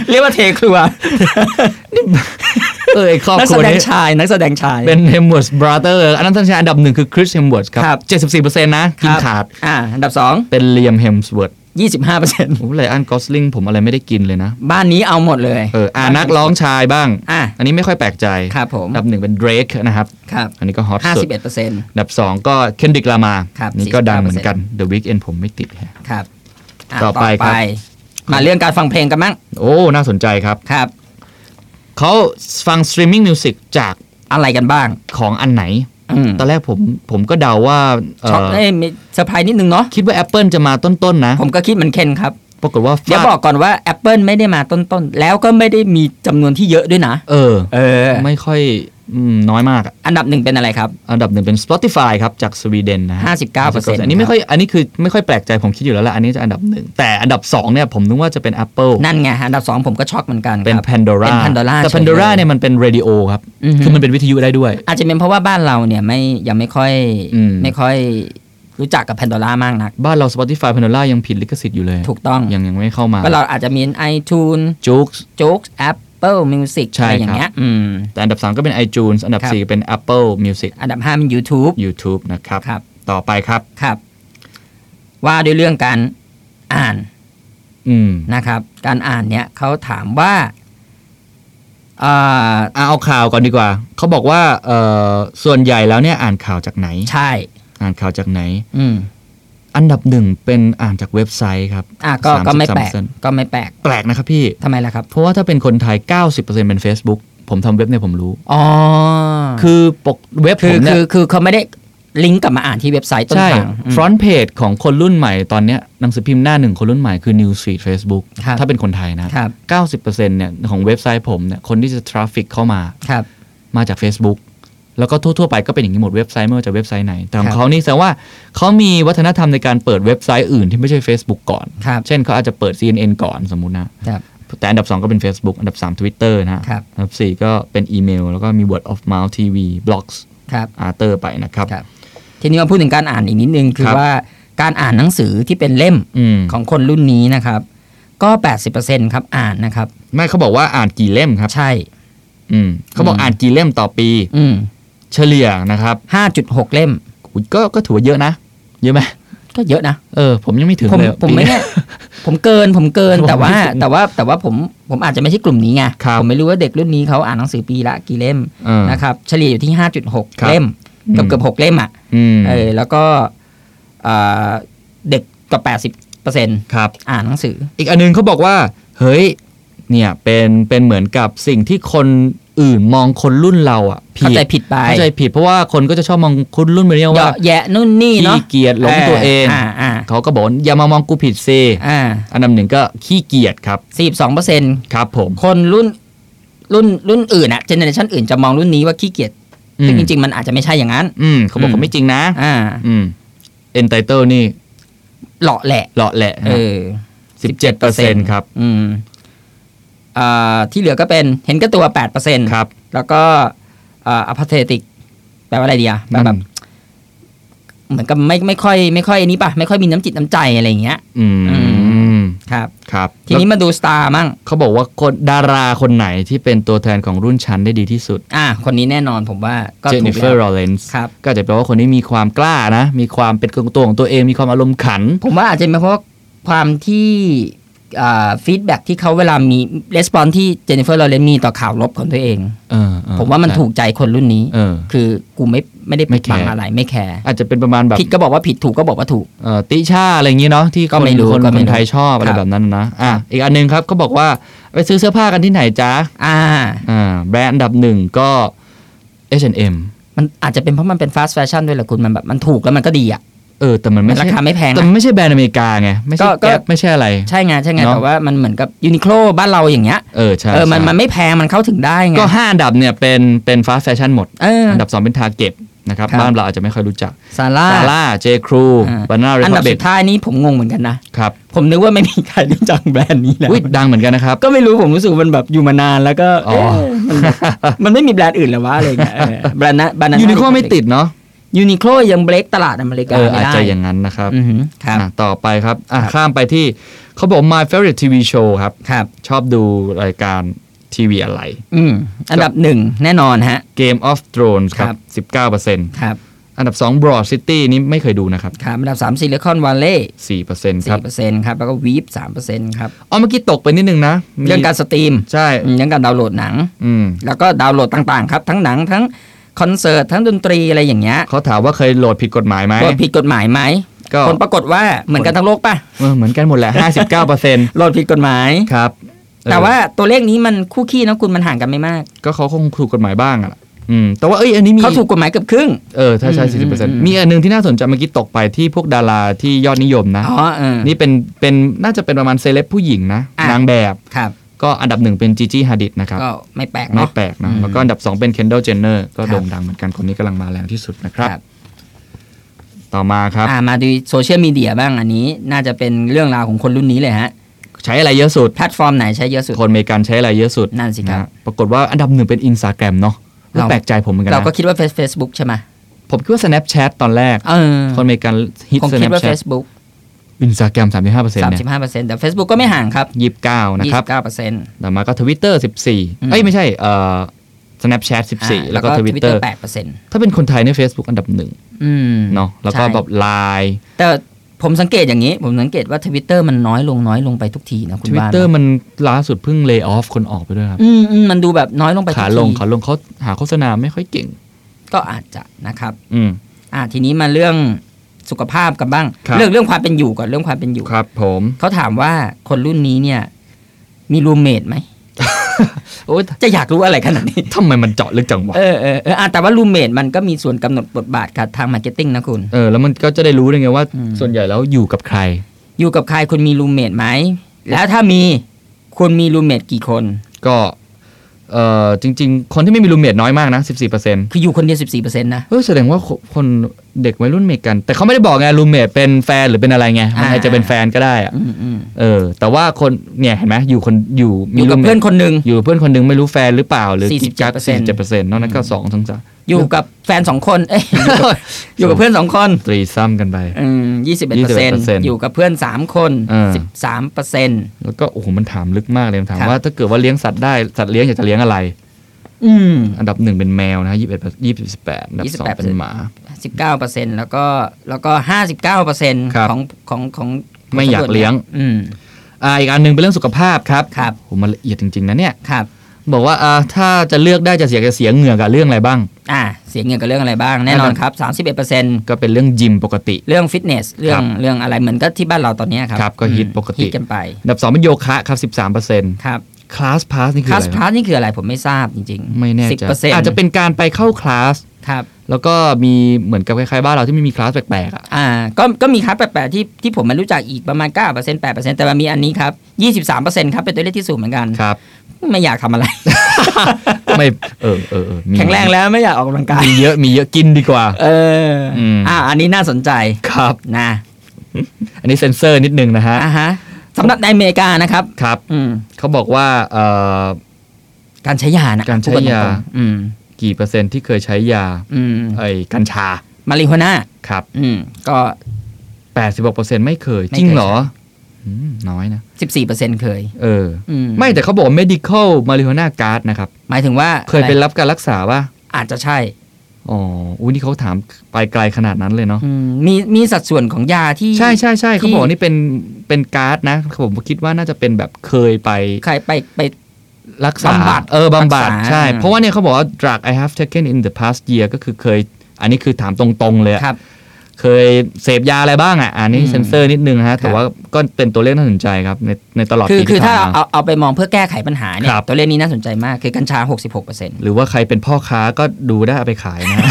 เรียกว่าเทครัว
เออไอครอบ
นัก
ครั
แส
ว
ดง
นี้
ชายนักแสดงชาย
เป็นเฮมเวิร์สบราเตอร์อันนั้นท่านชายอันดับหนึ่งคือคริสเฮมเวิร์สค
ครั
รับ บ 74%นะกินขาด
อ่า อันดับสอง
เป็นเลียมเฮมส์เวิร์ด
ยี่สิบห้าเปอร์เซ็นต์
โอ้ไลออนกอสลิงผมอะไรไม่ได้กินเลยนะ
บ้านนี้เอาหมดเลย
เอออ่านักร้องชายบ้าง
อ่ะ
อันนี้ไม่ค่อยแปลกใจ
ครับผม
อันดับหนึ่งเป็นเดรกนะครับ
ครับ
อันนี้ก็ฮอต
ห้า
สุ
สิ
ด
บเอ็ดเปอร์เซ็นต์
อันดับสองก็เคนดิกลามา
ครับ
นี่ก็ดัง
49%
เหมือนกัน The Weeknd ผมไม่ติดแฮะ
ครับะ
ต่อไปครับ
มาเรื่องการฟังเพลงกันมั้ง
โอ้ น่าสนใจครับ
ครับ
เขาฟังสตรีมมิ่งมิวสิกจาก
อะไรกันบ้าง
ของอันไหน
อืม
ตอนแรกผมผมก็เดาว่าเอ่
ช็อก
อ
เอ้ยมีเซอร์ไพรส์นิดนึงเนาะ
คิดว่า Apple จะมาต้นๆนะ
ผมก็คิดเหมือนเคนครับ
ปรากฏว่าฟา
เดี๋ยวบอกก่อนว่า Apple ไม่ได้มาต้นๆ แล้วก็ไม่ได้มีจำนวนที่เยอะด้วยนะ
เออ
เออ
ไม่ค่อยอืมน้อยมากอะ
อันดับหนึ่งเป็นอะไรครับ
อันดับหนึ่งเป็น Spotify ครับ จากสวีเดนนะฮะ
59%
อันนี้ไม่ค่อยอันนี้คือไม่ค่อยแปลกใจผมคิดอยู่แล้วแหละอันนี้จะอันดับหนึ่งแต่อันดับสองเนี่ยผมนึกว่าจะเป็น Apple
นั่นไง อันดับสองผมก็ช็อกเหมือนกัน
เป็น
ครับ
Pandora
เป็น Pandora
แต่ Pandora
เฉยเลย
เนี่ยมันเป็นเรดิโอครับ
อือฮึ
คือมันเป็นวิทยุได้ด้วย
อาจจะเป็นเพราะว่าบ้านเราเนี่ยไม่ยังไม่ค่อย
อืม
ไม่ค่อยรู้จักกับ Pandora มากนัก
บ้านเรา Spotify Pandora ยังผิดลิขสิทธิ์อยู่เลย
ถูกต้อง
ยังยังไม่เข้ามา
ก็เราอาจจะมี iTunes
จุก
j o o k Apple Music
ใช่
อะไรอย่าง
ครับ
เงี้ยอืม
แต่อันดับ 3 ก็เป็น iTunes อันดับ
ครับ
4 เป็น Apple Music
อันดับห้าเป็น YouTube
YouTube นะครับ
ครับ
ต่อไปครับ
ครับ ว่าด้วยเรื่องการอ่าน
อืม
นะครับ การอ่านเนี่ยเขาถามว่าอ่า
อ่ะเอาข่าวก่อนดีกว่า เขาบอกว่าเอ่อส่วนใหญ่แล้วเนี่ยอ่านข่าวจากไหน
ใช่
อ่านข่าวจากไหน
อืม
อันดับหนึ่งเป็นอ่านจากเว็บไซต์ครับ
อ่ะก็
33%
ก็ไม่แปลกก็ไม่แปลก
แปลกนะครับพี่
ทำไมล่ะครับ
เพราะว่าถ้าเป็นคนไทย 90%เป็น Facebook ผมทำเว็บเนี่ยผมรู้
อ๋อ คือ
คือปกเว็บ
คื
ผ
อ
มเนี่
คื
ย
อคือเขาไม่ได้ลิงก์กลับมาอ่านที่เว็บไซต์ต้น
ใช่
ทางอืม
front page ของคนรุ่นใหม่ตอนเนี้ยหนังสือพิมพ์หน้าหนึ่งคนรุ่นใหม่คือ news feed Facebook
ครับ
ถ้าเป็นคนไทยนะ
ครับ
90%เนี่ยของเว็บไซต์ผมเนี่ยคนที่จะทราฟฟิกเข้ามา
ครับ
มาจาก Facebook แล้วก็ทั่ว ๆ ไปก็เป็นอย่างนี้หมดเว็บไซต์ไม่ว่าจะเว็บไซต์ไหน แต่ขอ
ครั
ง
บ
เขานี่แสดงว่าเขามีวัฒนธรรมในการเปิดเว็บไซต์อื่นที่ไม่ใช่ Facebook ก่อน
ครับ
เช่นเขาอาจจะเปิด CNN ก่อนสมมุตินะ
ครับ
แต่อันดับ 2 ก็เป็น Facebook อันดับ 3 Twitter นะ
ครับ
อันดับ 4 ก็เป็นอีเมล แล้วก็มี word of mouth TV blogs
ครับ
อาร์เตอร์ไปนะครับ
ครับ ทีนี้มาพูดถึงการอ่านอีกนิดนึง คือ
ครับ
ว่าการอ่านหนังสือที่เป็นเล่ม
อืม
ของคนรุ่นนี้นะครับ ก็ 80%ครับอ่านนะครับ
ไม่เขาบอกว่าอ่านกี่เล่มครับ
ใช่
อืมเขาบอกอ่านกี่เล่มต่อปี
อืม
เฉลี่ยนะครับ
5.6 เล่ม
อุ๊ยก็ก็ถือว่าเยอะนะ เยอะไหม
ก็เยอะนะ
เออ ผมยังไม่ถึง
ผม
เลย
ผม
ปี
ไม่แน่ ผมเกินผมเกิน
ผม
แต่ว่า
ไม่ถึง
แต่ว่าแต่ว่าผมผมอาจจะไม่ใช่กลุ่มนี้ไง
ครับ
ผมไม่รู้ว่าเด็กรุ่นนี้เขาอ่านหนังสือปีละกี่เล่ม
เออ
นะครับ เฉลี่ยอยู่ที่
ครั
5.6
บ
เล่ม
อืม
เกือบเกือบหกเล่มอ่ะ
อืม
เออแล้วก็อ่าเด็กกับ 80เปอร์เซ็นต์
ครับ
อ่านหนังสือ
อีกอันหนึงเขาบอกว่า เฮ้ย เนี่ย เป็น เป็นเหมือนกับสิ่งที่คนอื่นมองคนรุ่นเราอะผิ
เข้า
ด
ใจผิดไป
เข้าใจผิดเพราะว่าคนก็จะชอบมองคนรุ่นมิลเลนเนียล
เย
ว่า
อะแยะนู่นนี่เนาะ
ขี้เกียจหลงตัวเอง
อ่าอ่า
เขาก็บอกว่าอย่ามามองกูผิดซิ
อ่า
อันดับหนึ่งก็ขี้เกียจครับ
สี่สองเปอร์เซ็นต์
ครับผม
คนรุ่นรุ่นรุ่นอื่นอะเจเนอเรชันอื่นจะมองรุ่นนี้ว่าขี้เกียจ
อื
ซึ่
ม
งจริง ๆ มันอาจจะไม่ใช่อย่างนั้น
อืมเขาบอก
อืม
ว่าไม่จริงนะ
อ่า
อืมเอ็นไตเติลนี่
เหลาะแหละ
เหลาะแหละ
เออ
สิบเจ็ดเปอร์เซ็นต์ครับ
อืมอ่าที่เหลือก็เป็นเห็นก็ตัวแปดเปอร์เซ็นต์
ครับ
แล้วก็อ่าอพาเทติกแปลว่าอะไรดีอะแปลแบบเหมือนกับไม่ไม่ค่อยไม่ค่อยอันนี้ป่ะ ไม่ค่อยมีน้ำจิตน้ำใจอะไรอย่างเงี้ย
อืม
อื
อืม
ครับ
ครับ
ทีนี้
แล้ว
มาดูสตาร์มั่ง
เขาบอกว่าคนดาราคนไหนที่เป็นตัวแทนของรุ่นชั้นได้ดีที่สุด
อ่า คนนี้แน่นอนผมว่าก็
เจ
ถู
นิ
ก
เฟอร์
แล้ว
ลอเรนซ์
ครับ
ก็อาจจะแปลว่าคนนี้มีความกล้านะ มีความเป็นตัวของตัวเอง มีความอารมณ์ขัน
ผมว่าอาจจะเป็นเพราะความที่ ฟีดแบ็ที่เขาเวลามีレスปอนที่เจเนฟเฟอร์ลอเรนมีต่อข่าวลบของตัวเอง
เออเออ
ผมว่ามัน
ใช่
ถูกใจคนรุ่นนี้
เออ
คือกูไม่ไม่ได้
ไม่
ปิด
แคร์
บังอะไรไม่แคร์
อาจจะเป็นประมาณแบบ
ผิดก็บอกว่าผิดถูกก็บอกว่าถูก
เอ่อติช่าอะไรอย่างงี้เนาะที่ก็
ก็ไม่รู้
คน
ก็
ค
ไม่รู้
นไทยชอบอะไร
ครับ
แบบนั้นนะอ่ะอีกอันหนึงครับเขาบอกว่าไปซื้อเสื้อผ้ากันที่ไหนจ๊ะ
อ่า
อ่าแบรนด์อันดับหนึ่งก็ H&M
มันอาจจะเป็นเพราะมันเป็นฟาสต์แฟชั่นด้วยแหละคุณมันแบบมันถูกแล้วมันก็ดีอ่ะ
เออแต่มัน
มั
ไม่
นรา
ใช่
คาไม่แพง
แต่
อะ
มันไม่ใช่แบรนด์อเมริกาไงไม่ใช่
ก็ก็
แก๊ปไม่ใช่อะไร
ใช่ไงใช่ไง
เนอะ
แต่ว่ามันเหมือนกับยูนิโคลบ้านเราอย่างเงี้ย
เออใช่
เออมัน
ใช่
มันไม่แพงมันเข้าถึงได้ไง
ก็ห้าอันดับเนี่ยเป็นเป็นฟาสแฟชั่นหมด
เออ
อันดับ 2 เป็นทาเก็ตนะครับ
ครับ
บ้านเราอาจจะไม่ค่อยรู้จัก
ซาร่า
ซาร่าเจครู
อ่า
บานาเร
อัน
ค
ดั
อบ ร์เบ
สุดท้ายนี้ผมงงเหมือนกันนะ
ครับ
ผมนึกว่าไม่มีใครรู้จักแบรนด์นี้แล้ว
อุ้ยดังเหมือนกันนะครับ
ก็ไม่รู้ผมรู้สึกมันแบบอยู่มานานแล้วก็
อ๋อ
เอ๊ะมันแบบมันไม่มีแบรนด์อื่นแล้ววะอะไรอย่างเงี้ยเออแบรนด์นะบรนด์
ยูนิโคไม่ติดเนาะ
ยูนิโคลยังเบรกตลาดอเมริกา
เออ
ไม่
อาจ
ได้
จะอย่างนั้นนะครับ
อือหือครับ
อ่ะต่อไปครับอ่ะ
ครับ
ข้ามไปที่เขาบอก my favorite TV show ครับ
ครับ
ชอบดูรายการทีวีอะไร
อืมอันดับหนึ่งแน่นอนฮะ
Game of Thrones ครั
ครับ บ
19%
ครับ
อันดับ 2 Broad City นี่ไม่เคยดูนะครับ
ครับอันดับสามซิลิคอนวัลเลย์
4%ครั
สี่
บ
เปอร์เซ็นต์ครับ แล้วก็วีฟสามเปอร์เซ็นต์ครับ
อ๋อเมื่อกี้ตกไปนิดนึงนะมี
เรื่องการสตรีม
ใช่
อืมเรื่องการดาวน์โหลดหนัง
อืม
แล้วก็ดาวน์โหลดต่างๆครับ ทั้งหนังทั้งคอนเสิร์ตทั้งดนตรีอะไรอย่างเงี้ย
เขาถามว่าเคยโหลดผิดกฎหมายไหม
ว่าผิดกฎหมายไหม
ก็
ผลปรากฏว่าเหมือนกันทั้งโลกป่ะ
เออเหมือนกันหมดแหละ59%
โหลดผิดกฎหมาย
ครับ
แต่
เออ
ว่าตัวเลขนี้มันคู่ขี้นะคุณมันห่างกันไม่มาก
ก็เขาคงถูกกฎหมายบ้างอะล่ะอืม แต่ว่าเอ้ยอันนี้มี
เขาถูกกฎหมายเกือบครึ่ง
เออถ้าใช่
อืมอืมอืม
40%มีอันหนึงที่น่าสนใจเมื่อกี้ตกไปที่พวกดาราที่ยอดนิยมนะ
อ๋อเออ
นี่เป็นเป็นน่าจะเป็นประมาณเซเลบผู้หญิงนะ
อ่ะ
นางแบบ
ครับ
ก็อันดับหนึ่งเป็นจีจี้ฮาดิดนะครับ
ก็ไม่แปลก
ไม่
เนาะ
แปลก
อื
นะ
ม
แล้วก็อันดับ 2 เป็นเคนด l ลเจนเนอร์ก็
ครับ
โด่งดังเหมือนกันคนนี้กำลังมาแรงที่สุดนะครับ
ครับ
ต่อมาครับ
อ่ามาดูโซเชียลมีเดียบ้างอันนี้ น่าจะเป็นเรื่องราวของคนรุ่นนี้เลยฮะ
ใช้อะไรเยอะสุด
แพลตฟอร์มไหนใช้เยอะสุด
คนอเมริกันใช้อะไรเยอะสุด
นั่นสิครับ
ะปรากฏว่าอันดับหนึ่งเป็นอินสตาแกรมเนาะ
เรา
แปลกใจผมเหมือนกัน
เราก็
นะ
คิดว่า Face- Facebook ใช่ไหม
ผมคิดว่า Snapchat ตอนแรก
เออ
คนอเมริกันฮิต
คงคิดว่า
Snapchat
Facebook
อินสตาแกรม35เปอร์เซ็นต์เนี่ย
35%แต่ Facebook ก็ไม่ห่างครับ
ยี่สิบเก้านะครับ
29%
ต่อมาก็ Twitter
อืม
14เอ้ย ไม่ใช่เอ่อ Snapchat
อ่า
14 แล้วก็ Twitter
แปดเปอร์เซ็นต์
ถ้าเป็นคนไทยเนี่ย Facebook อันดับหนึ่ง
อืม
เนาะแล้วก็
ใช่
แบบ Line
แต่ผมสังเกตอย่างนี้ ผมสังเกตว่า Twitter มันน้อยลงน้อยลงไปทุกทีนะคุณบ้าน
Twitter มันล่าสุดเพิ่งเล y o ออฟคนออกไปด้วยครับ
อืมอืมมันดูแบบน้อยลงไปทุ
ขาก ลง
ที
ขาลงเขาหาโฆษณาไม่ค่อยเก่ง
ก็อาจจะนะครับ
อืม
อ่าทีนี้มาเรื่องสุขภาพกันบ้าง
ครับ
เรื่องเรื่องความเป็นอยู่ก่อนเรื่องความเป็นอยู่
ครับผม
เขาถามว่าคนรุ่นนี้เนี่ย มีรูเม ทไหม
โอ้ย
จะอยากรู้อะไรขนาดนี้
ทำไมมันเจาะลึกจังวะ
เออเออเอออ่ะแต่ว่ารูเมทมันก็มีส่วนกำหนดบทบาทกับทางมาร์เก็ตติ้งนะคุณ
เออ แล้วมันก็จะได้รู้เลยไงว่า
อืม
ส่วนใหญ่แล้วอยู่กับใคร
อยู่กับใครคุณมีรูเมทไหม แล้วถ้ามีคุณมีรูเมทกี่คน
ก็เอ่อจริง ๆ คนที่ไม่มีรูเมทน้อยมากนะ14%เปอร์เซ็นต
คืออยู่คนเดียวสิบสี่เปอร์เซ็นต์นะ
เออแสดงว่าคคนเด็กวัยรุ่นอเมริกัน แต่เขาไม่ได้บอกไงรูมเมทเป็นแฟนหรือเป็นอะไรไง มัน
อ่า
อาจจะเป็นแฟนก็ได้อะ
อืมอืม
เออ แต่ว่าคนเนี่ยเห็นไหมอยู่คนอยู่
อยู่กับ
รูมมท
เพื่อนคนหนึ่ง
อยู่กับเพื่อนคนหนึงไม่รู้แฟนหรือเปล่าหรือกิ๊กกักสี่
47%
เจ็ดเปอร์เซ็นต์นอกนั้นก็สองทั้งสาม
อยู่กับแฟนสองคนเอ้ย อยู่กับเพื่อนสองคน
ตรีซ้ำกันไป
ยี่สิบเอ็ดเปอร์เซ็นต์
21%
อยู่กับเพื่อนสามคนสิบสามเปอร์เซ็นต์
แล้วก็โอ้โหมันถามลึกมากเลยมันถาม
ครับ
ว่าถ้าเกิดว่าเลี้ยงสัตว์ได้สัตว์เลี้ยงอยากจะเลี้ยงอะไร
อืม
อันดับหนึ่งเป็นแมวนะฮะยี่สิบเอ็ดยี่สิบแปดอันดับสองเป็นหมา
สิบเก้าเปอร์เซ็นต์แล้วก็แล้วก็ห้าสิบเก้าเปอร์เซ็นต์
ครับ
ของของของ
ไม่อยากเลี้ยง
อืม
อ่าอีกอันหนึ่งเป็นเรื่องสุขภาพครับ
ครับ
โอ้โหมันละเอียดจริงๆนะเนี่ย
ครับ
บอกว่าอ่าถ้าจะเลือกได้จะเสียจะเสียเหงื่อกับเรื่องอะไรบ้าง
อ่า เสียเงินกับเรื่องอะไรบ้าง แน่นอนครับสามสิบเอ็ดเปอร์เซ็นต์
ก็เป็นเรื่องยิมปกติ
เรื่องฟิตเนส เรื่องเรื่องอะไรเหมือนก็ที่บ้านเราตอนเนี้ยครับ
ครับก็ฮิตปกติ
ฮิตกันไป
อันดับ 2 เป็นโยคะครับ 13%
ครับ
คลาสพาสนี่คือ
คลา
อะ
ส
ไรค
พา
รับ
สนี่คืออะไรผมไม่ทราบจริงๆ
ไม่แน่
สิบ
ใจ
เปอร์เซ็นต์
อาจจะเป็นการไปเข้าคลาส
ครับ
แล้วก็มีเหมือนกับคล้ายๆบ้านเราที่ไม่มีคลาสแปลกๆอ่ะ
อ่าก็ก็มีครับแปลกๆที่ที่ผมมารู้จักอีกประมาณ 9% 8%แต่มันมีอันนี้ครับ 23%ครับเป็นตัวเลขที่สูงเหมือนกัน
ครับ
ไม่อยากทำอะไร
ไม่เออเออเออมี
แข็งแรงแล้วไม่อยากออกกำลังกาย
มีเยอะมีเยอะกินดีกว่า
เอออ
ม
อ่าอันนี้น่าสนใจ
ครับ
นะ
อันนี้เซ็นเซอร์นิดนึงนะฮะ
อ่าฮะสำหรับในอเมริกานะครับ
ครับ
อืม
เขาบอกว่าเอ่อ
การใช้ยานะ
การใช้ยา
พูดตรงๆอืม
กี่เปอร์เซ็นต์ที่เคยใช้ยา
อืม
ไอ้กัญชา
มาริโฮน่า
ครับ
อืมก็
86%ไม่เคย
ไม่เคย
จริงเหรออืมน้อยนะ
14%เคย
เออ
อืม
ไม่แต่เขาบอก medical marijuana card นะครับ
หมายถึงว่า
เคยไปรับการรักษาป่ะ
อาจจะใช่
อ๋ออุ้ยนี่เขาถามไปไกลขนาดนั้นเลยเนาะ
อืมมีมีสัดส่วนของยาที่
ใช่ใช่ใช่
ที่
เขาบอกนี่เป็นเป็นการ์ดนะผมคิดว่าน่าจะเป็นแบบเคยไป
ใครไปไป
รักษา
บำบัด
เออบำบัด
รักษา
ใช่
อ่า
เพราะว่าเนี่ยเขาบอกว่า drug I have taken in the past year ก็คือเคย อันนี้คือถามตรงๆเลยอะ
ครับ
เคยเสพยาอะไรบ้างอ่ะอันนี้
อืม
เซนเซอร์นิดนึงนะฮะ แต่
ครับ
ว่าก็เป็นตัวเลขน่าสนใจครับ ในในตลอด
คือ
ปี
คือ
ที่ผ่า
ถ้าน เอา
มา
เอาเอาไปมองเพื่อแก้ไขปัญหาเนี่ย
ครับ
ตัวเลขนี้น่าสนใจมากคือกัญชา 66%
หรือว่าใครเป็นพ่อค้าก็ดูได้เอาไปขายนะ ฮะ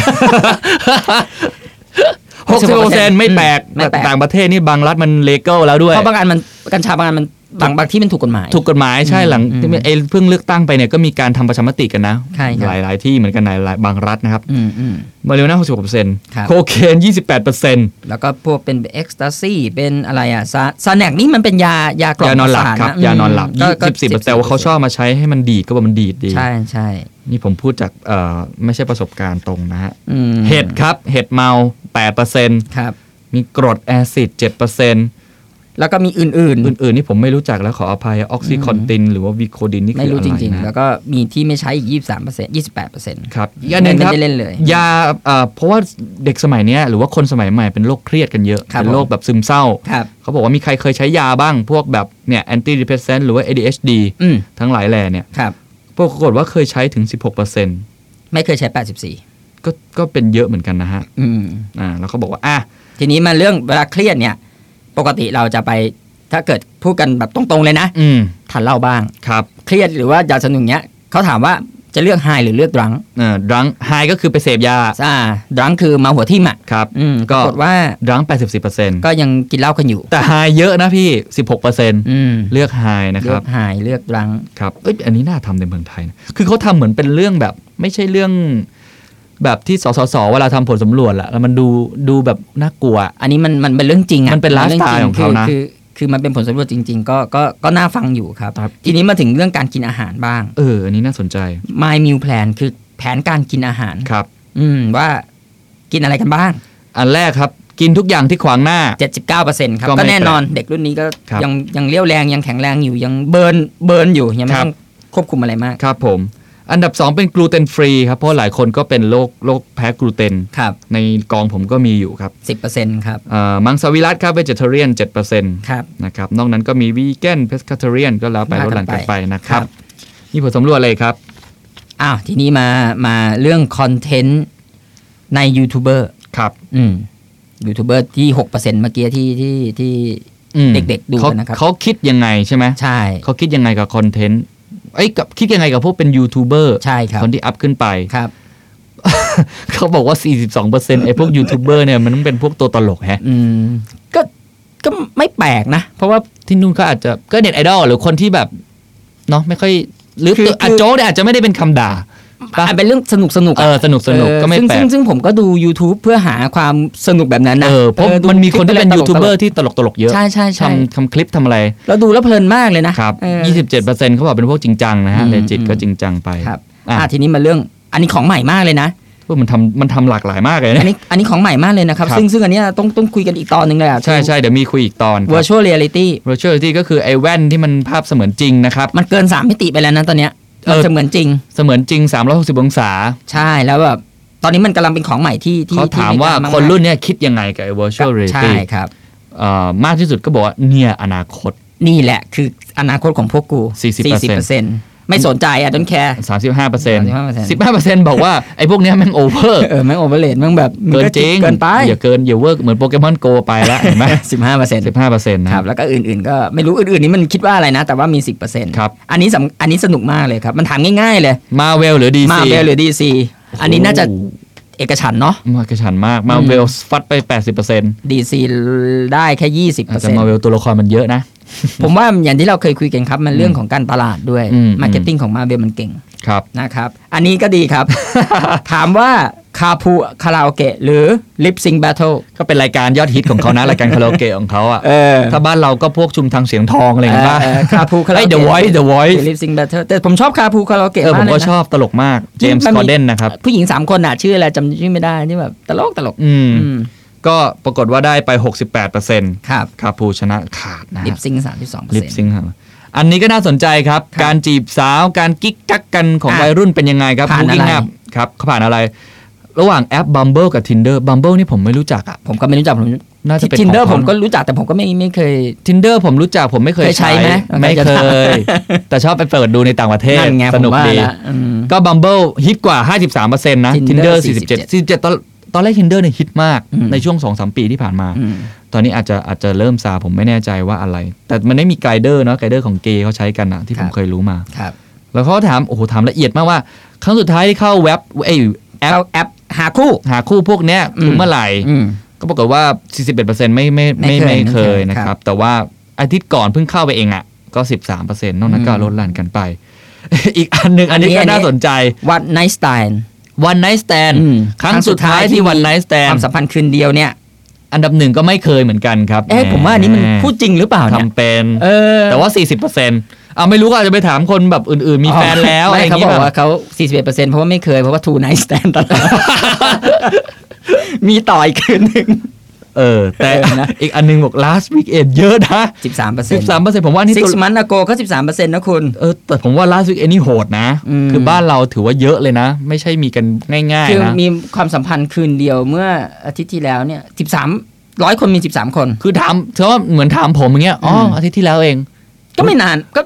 หกสิบเปอร์เซ็นต์ไม่แปลก
ไม่แปลก
ต่างประเทศนี่บางรัฐมันเลเกลแล้วด้วย
เพราะบางอันมันกัญชาบางอันมันบางบางที่มันถูกกฎหมาย
ถูกกฎหมายใช่
อืม
หลัง
อืม
ที่เอ้เพิ่งเลือกตั้งไปเนี่ยก็มีการทำประชามติกันนะ
ใช่ครับ
หลายหลายที่เหมือนกันในหลายบางรัฐนะครับ
อืมอืม
มาเรวน่าหกสิบหกเปอร์เซ็นต์
ครับ
โคเคนยี่สิบแปดเปอร์เซ็นต์
แล้วก็พวกเป็นเอ็กซ์ตาซีเป็นอะไรอ่ะซาซาแนกนี่มันเป็นยายากล่อม
ยานอนหลับ
ประส
ครับ
ทะม
ยานอนหลับ
ก็
ยี่
ก็
สิบสี่เปอร์เซ็นต์แต่ว่าเขาชอบมาใช้ให้มันดีดก็บอกมันดีดดี
ใช่ใช่
นี่ผมพูดจากเอ่อไม่ใช่ประสบการณ์ตรงนะฮะ
อืม
เห็ดครับ เห็ดเมาแปดเปอร์เซ็นต์
ครับ
มีกรดแอซิดเจ็ดเปอร์เซ็นต์
แล้วก็มีอื่น ๆ
อื่น ๆ นี่ผมไม่รู้จักแล้วขออภัยออกซิคอนตินหรือว่าวิโคดินนี่คือ
ไม่
อะไร
รู้จริง
นะ
ๆ แล้วก็มีที่ไม่ใช้อีก 23เปอร์เซ็นต์28เปอร์เซ็นต์
ครับอีกอันหนึ่งครับ
ไม่ได้เล่นเลย
ยาเอ่อเพราะว่าเด็กสมัยเนี้ยหรือว่าคนสมัยใหม่เป็นโรคเครียดกันเยอะ
ครับ
เป็นโรค
ผม
แบบซึมเศร้า
ครับ
เขาบอกว่ามีใครเคยใช้ยาบ้าง พวกแบบเนี่ยแอนตี้ดิเพรสเซนต์หรือว่า ADHD
อืม
ทั้งหลายแหล่เนี่ย
ครับ
ปรากฏว่าเคยใช้ถึง 16%
ไม่เคยใช้ 84
ก็ก็เป็นเยอะเหมือนกันนะฮะ
อืม
อ่าแล้วเขาบอกว่า อ่ะ
ทีนี้มาเรื่องเวลาเครียดเนี่ย ปกติเราจะไปถ้าเกิดพูดกันแบบตรง ๆ เลยนะ
อืม
ทานเหล้าบ้าง
ครับ
เครียดหรือว่ายาสนุกเนี้ยเขาถามว่าจะเลือกไฮหรือเลือกดรัง
เอ่อดรังไฮก็คือไปเสพยา
อ่าดรังคือเมาหัวทิ่มอ่ะ
ครับ
อืม
ก็
ปรากฏว่า
ดรัง84%
ก็ยังกินเหล้ากันอยู่
แต่ไฮเยอะนะพี่ 16%
อืม
เลือกไฮนะ
เลื
ครั
อบ กไฮเลือกดรัง
ครับ เอ้ย อันนี้น่าทำในเมืองไทยนะ คือเขาทำเหมือนเป็นเรื่องแบบ ไม่ใช่เรื่อง แบบที่สสสเวลาทำผลสำรวจละแล้วมันดูดูแบบน่ากลัว
อันนี้มันมันเป็นเรื่องจริงอะ
มันเป็น
รื่จ
lifestyle ของเขานะ
คือคือคือมันเป็นผลสำรวจจริง ๆ ก็ก็ก็น่าฟังอยู่ครับ
ครับ
ทีนี้มาถึงเรื่องการกินอาหารบ้าง
เออ อันนี้น่าสนใจ
My Meal Plan คือแผนการกินอาหาร
ครับ
อืมว่ากินอะไรกันบ้าง
อันแรกครับ กินทุกอย่างที่ขวางหน้า
79%ครับ
ก็ไม่
ก็แน่นอนเด็กรุ่นนี้ก็
ครับ
ยังยังเลี้ยวแรงยังแข็งแรงอยู่ยังเบิร์นเบิร์นอยู่ ยังไม่
ครับ
ต้องควบคุมอะไรมาก
ครับผม อันดับ 2 เป็นกลูเตนฟรีครับ เพราะหลายคนก็เป็นโรคโรคแพ้กลูเตน
ครับ
ในกองผมก็มีอยู่ครับ
10%ครับ
เอ่อมังสวิรัตครับเวจิเทเรียน7%น
ครับ
ะครับ นอกนั้นก็มีวีแกนเพสคาเทเรียนก็แล้วไปลดหลั่นกันไปนะครับ นี่ผลสำรวจเลยครับ
อ้าว ทีนี้มามาเรื่องคอนเทนต์ในยูทูบเบอร์
ครับ
อืมยูทูบเบอร์ที่ 6%เมื่อกี้ที่ที่ที่
อืม
เด็กๆดูกันนะครับ
เขาเขาคิดยังไงใช่ไหม
ใช่
เขาคิดยังไงกับคอนเทนต์ไอ้ยกับคิดยังไงกับพวกเป็นยูทูบเบอร์
ใช่ครับ
คนที่อัพขึ้นไป
ครับ
เขาบอกว่า 42%ไอ้พวกยูทูบเบอร์เนี่ยมันต้องเป็นพวกตัวตลกแฮะ
อืมก็ก็ไม่แปลกนะ
เพราะว่าที่นู่นก็อาจจะก็เน็ตไอดอลหรือคนที่แบบเนาะไม่ค่อย หรือ
คือ
ตัวอ่ะ
คือ
โจ๊กเนี่ยอาจจะไม่ได้เป็นคำด่าปะ
อ่ะเป็นเรื่องสนุกสนุก
เออสนุกสนุกก็ไม่
ซึ่ง
แปล
ซึ่
ก
งซึ่งผมก็ดู YouTube เพื่อหาความสนุกแบบนั้นนะ
เออเพราะ
ออดู
มันมีคนที่เป็น
ลิ
ยู
ปะไ
ทูบเบอร์ที่ตลกตลกๆเยอะ
ใช่ใช่ใช่
ทำทำคลิปทำอะไร
เราดูแล้วเพลินมากเลยนะครับ เออ
ยี่สิบเจ็ดเปอร์เซ็นต์เขาบอกเป็นพวกจริงจังนะฮะ
อืม
เลจิต
อืม
ก็จริงจังไป
ครับ
อ่ะ
อ่ะทีนี้มาเรื่องอันนี้ของใหม่มากเลยนะ
เออมันทำมันทำหลากหลายมากเลย
อั
นะ
นนี้อันนี้ของใหม่มากเลยนะครับ
ครับ
ซึ่งซึ่งอันเนี้ยต้องต้องคุยกันอีกตอนหนึ่งเลยอ่ะ
ใช่ใช่เดี๋ยวมีคุยอีกตอนครับ
virtual reality
virtual reality ก็คือไอ้แว่นที่มันภาพเสมือนจริงนะครับ
มันเกินสามมิติไปแล้วนะตอนเนี้ย
เอ
มัน
อ
เสมือนจริง
เสมือนจริง 360 องศา
ใช่แล้วแบบตอนนี้มันกำลังเป็นของใหม่ที่ที่
เขาถามว่า
ที่ก
คน
ก
รุ่นเนี้ยคิดยังไงกับไอ้ virtual
ใช่
reality
ครับ
เอ่อมากที่สุดก็บอกว่าเนี่ยอนาคต
นี่แหละคืออนาคตของพวกกู
40%
40%ไม่สนใจอ่ะ don't care
35เปอร์เซ็นต์
35%
15เปอร์เซ็นต์บอกว่า ไอ้พวกเนี้ยแม่งโอเวอร์
เออแม่งโอเวอร์เลดแม่งแบบ มึ
เกินจริง
เกินไป
อย่าเกินอย่าเวอร์เหมือนโปเกมอนโกไปละเห็นไหม
สิบห้าเปอร์เซ็นต์
15เปอร์เซ็นต์นะ
ค
ครั
รับบ แล้วก็อื่นๆ ก็ไม่รู้อื่นๆนี้มันคิดว่าอะไรนะ แต่ว่ามีสิบเปอร์เซ็นต์
ครับ
อันนี้สำอันนี้สนุกมากเลยครับ มันถามง่ายๆเลย
มาเวลหรือดีซี
มาเบลหรือดีซีอันนี้น่าจะเอกฉันท์เนาะ
มากระชันมากมาเวลฟัดไป 80เปอร์เซ็นต์
ดีซีได้แค่ยี่สิบเปอร์
แต่
เซ็นต์
มาเวลตัวละครมันเยอะนะ
ผมว่าอย่างที่เราเคยคุยกันครับมันเรื่องของการตลาดด้วย
อืม
มาร์เก็ตติ้งของมาเบลมันเก่ง
ครับ
นะครับอันนี้ก็ดี ครับ ถามว่าคาพูคาราโอเกะหรือลิปซิงแบทเทิล
ก็เป็นรายการยอดฮิตของเขานะ รายการคาราโอเกะของเขาอ่ะ
เออ
ถ้าบ้านเราก็พวกชุมทางเสียงทองอะไรอย่างเงี้ยป่ะ
เออเออคาพูคาราโอเกะ
ไอ้ The Voice The Voice
ลิปซิงแบทเทิลแต่ผมชอบคาพูคาราโอ
เออผม
เกะา
ม
กเลย
ก็
นะ
ชอบตลกมากเจมส์
มันมี
กอร์เดนนะครับ
ผู้หญิงสามคนอ่ะชื่ออะไรจำชื่อไม่ได้ที่แบบตลกตลก
อืม
อืม
ก็ปรากฏว่าได้ไป 68%
ครับ
คาปูชนะขาดนะ
ลิป
ฮะ
ซิงสามสิบสองเปอร์
ลิป
เซ็น
ซิ
ต์
งครับอันนี้ก็น่าสนใจครับ
ครับ
การจีบสาวการกิ๊กกักกันของ
อ่ะ
วัยรุ่นเป็นยังไงครับ
ผ่าน
ผู้ยิ่ง
อะไร
ครับเขาผ่านอะไร ระหว่างแอป Bumble กับ Tinder Bumble นี่ผมไม่รู้จักอ่ะ
ผมก็ไม่รู้จักผม
น่าจะเป็น
ทินเดอร์
ข
ผ
อง
มก็รู้จักแต่ผมก็ไม่ไม่เคย
Tinder ผมรู้จักผมไม่เคย
เคยใช้ไหม
ไม่
เค
เค
ยจะถาม
ย แต่ชอบไปเปิดดูในต่างประเทศ
นั่นไง
สนุก
ผมว่า
ดี
ละอืม
ก็ Bumble ฮิตกว่า 53%นะ Tinder
Tinder
47 47ตอนตอนแรก Tinder เนี่ยฮิตมาก
อืม
ในช่วง 2-3 ปีที่ผ่านมา
อืม
ตอนนี้อาจจะอาจจะเริ่มซาผมไม่แน่ใจว่าอะไร แต่มันได้มีไกด์เดอร์เนาะไกด์เดอร์ของเกย์เขาใช้กันนะที่ผม
ครับ
เคยรู้มา
ครับ
แล้วเขาก็ถามโอ้โหถามละเอียดมากว่า ครั้งสุดท้ายที่เข้าเว็บไอแอป
เข้าแอปหาคู่
หาคู่พวกเนี้ย
อืม
คือเมื่อไหร่
อืม
ก็ปรากฏว่า 41%ไม่ไม่
ไม่
ไม่ไม่
เคยไม่
เค
เค
ย
ย
นะค
ค
รั
รับ บ
แต่ว่าอาทิตย์ก่อนเพิ่งเข้าไปเองอ่ะ ก็ 13%นอกนั้นก็
อืม
ลดหลั่นกันไป อีกอันหนึ่งอันนี้ก็
อันนี้อันนี้
น่าสนใจ
วัดไนสไตน์
วันไนท์สแตน
อืม
ครั้งสุดท้ายที่วันไนท์สแตน
ความสัมพันธ์คืนเดียวเนี่ย
อันดับหนึ่งก็ไม่เคยเหมือนกันครับ
เอ๊ะผมว่าอันนี้มันพูดจริงหรือเปล่าเนี่ย
ทำเป็น
เออ
แต่ว่า 40%อ่าไม่รู้ก็อาจจะไปถามคนแบบอื่นๆ มีแฟนแล้วอะไรอ
ไม่
ย่า
เขา
งนี้
บอ
แบ
ก
บ
ว่าเขา 41%เพราะว่าไม่เคย เพราะว่าทูไนสแตนตล อด มีต่ออีกคืนหนึ่ง
เออ แต่
เออนะ
อีกอันหนึงบอก last weekend เยอะนะ
13%
13%ผมว่านี่ตัว
6 months ago ก็ 13%นะคุณ
เออ แต่ผมว่า last weekend นี่โหดนะ
อืม
คือบ้านเราถือว่าเยอะเลยนะ ไม่ใช่มีกันง่าย
คือ
ๆนะ
มีความสัมพันธ์คืนเดียวเมื่ออาทิตย์ที่แล้วเนี่ย 13 100 คนมี 13 คน
คือถามเธอว่าเหมือนถามผมอย่างเงี้ย อ๋ออ
ม
อาทิตย์ที่แล้วเอง
ก็ไม่นานก็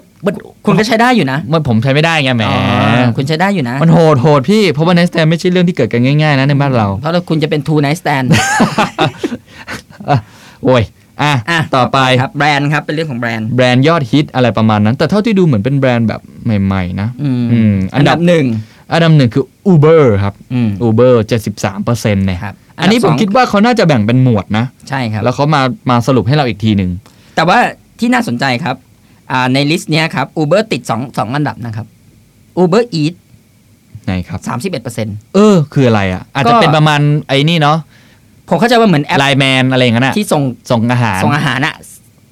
คุณก็ใช้ได้อยู่นะ
มันผมใช้ไม่ได้ไงแหม
อ๋อคุณใช้ได้อยู่นะ
มันโหดโหดพี่ เพราะว่า next time ไม่ใช่เรื่องที่เกิดกันง่ายๆนะในบ้านเรา
เพราะคุณจะเป็นทูไนสแตน
โอ้ย อ่ะ
อ่ะ
ต่อไป
ครับแบรนด์ครับเป็นเรื่องของแบรนด์
แบรนด์ยอดฮิตอะไรประมาณนั้น แต่เท่าที่ดูเหมือนเป็นแบรนด์แบบใหม่ๆนะ
อืม
อืมอั
อั
น
น
ดั
ดั
บบ
หนึ่ง
อันดับหนึ่งคือ Uber ครับ
อืม
Uber 73เปอร์เซ็นต์เนี่ย
ครับ
อันนี้
ดับ
ผม
สง
คิดว่าเขาน่าจะแบ่งเป็นหมวดนะ
ใช่ครับ
แล้วเขามามาสรุปให้เราอีกทีหนึ่ง
แต่ว่าที่น่าสนใจครับอ่าในลิสต์เนี้ยครับ Uber ติด2องอันดับนะครับ Uber Eats
ไหนครับ
31%
เออ คืออะไรอ่ะ อาจจะเป็นประมาณไอ้นี่เนาะ
ผมเข้าใจว่าเหมือนแอป
ไลน์แมนอะไรอย่างนั้นอ่ะ
ที่ส่ง
ส่งอาหาร
ส่งอาหารอะ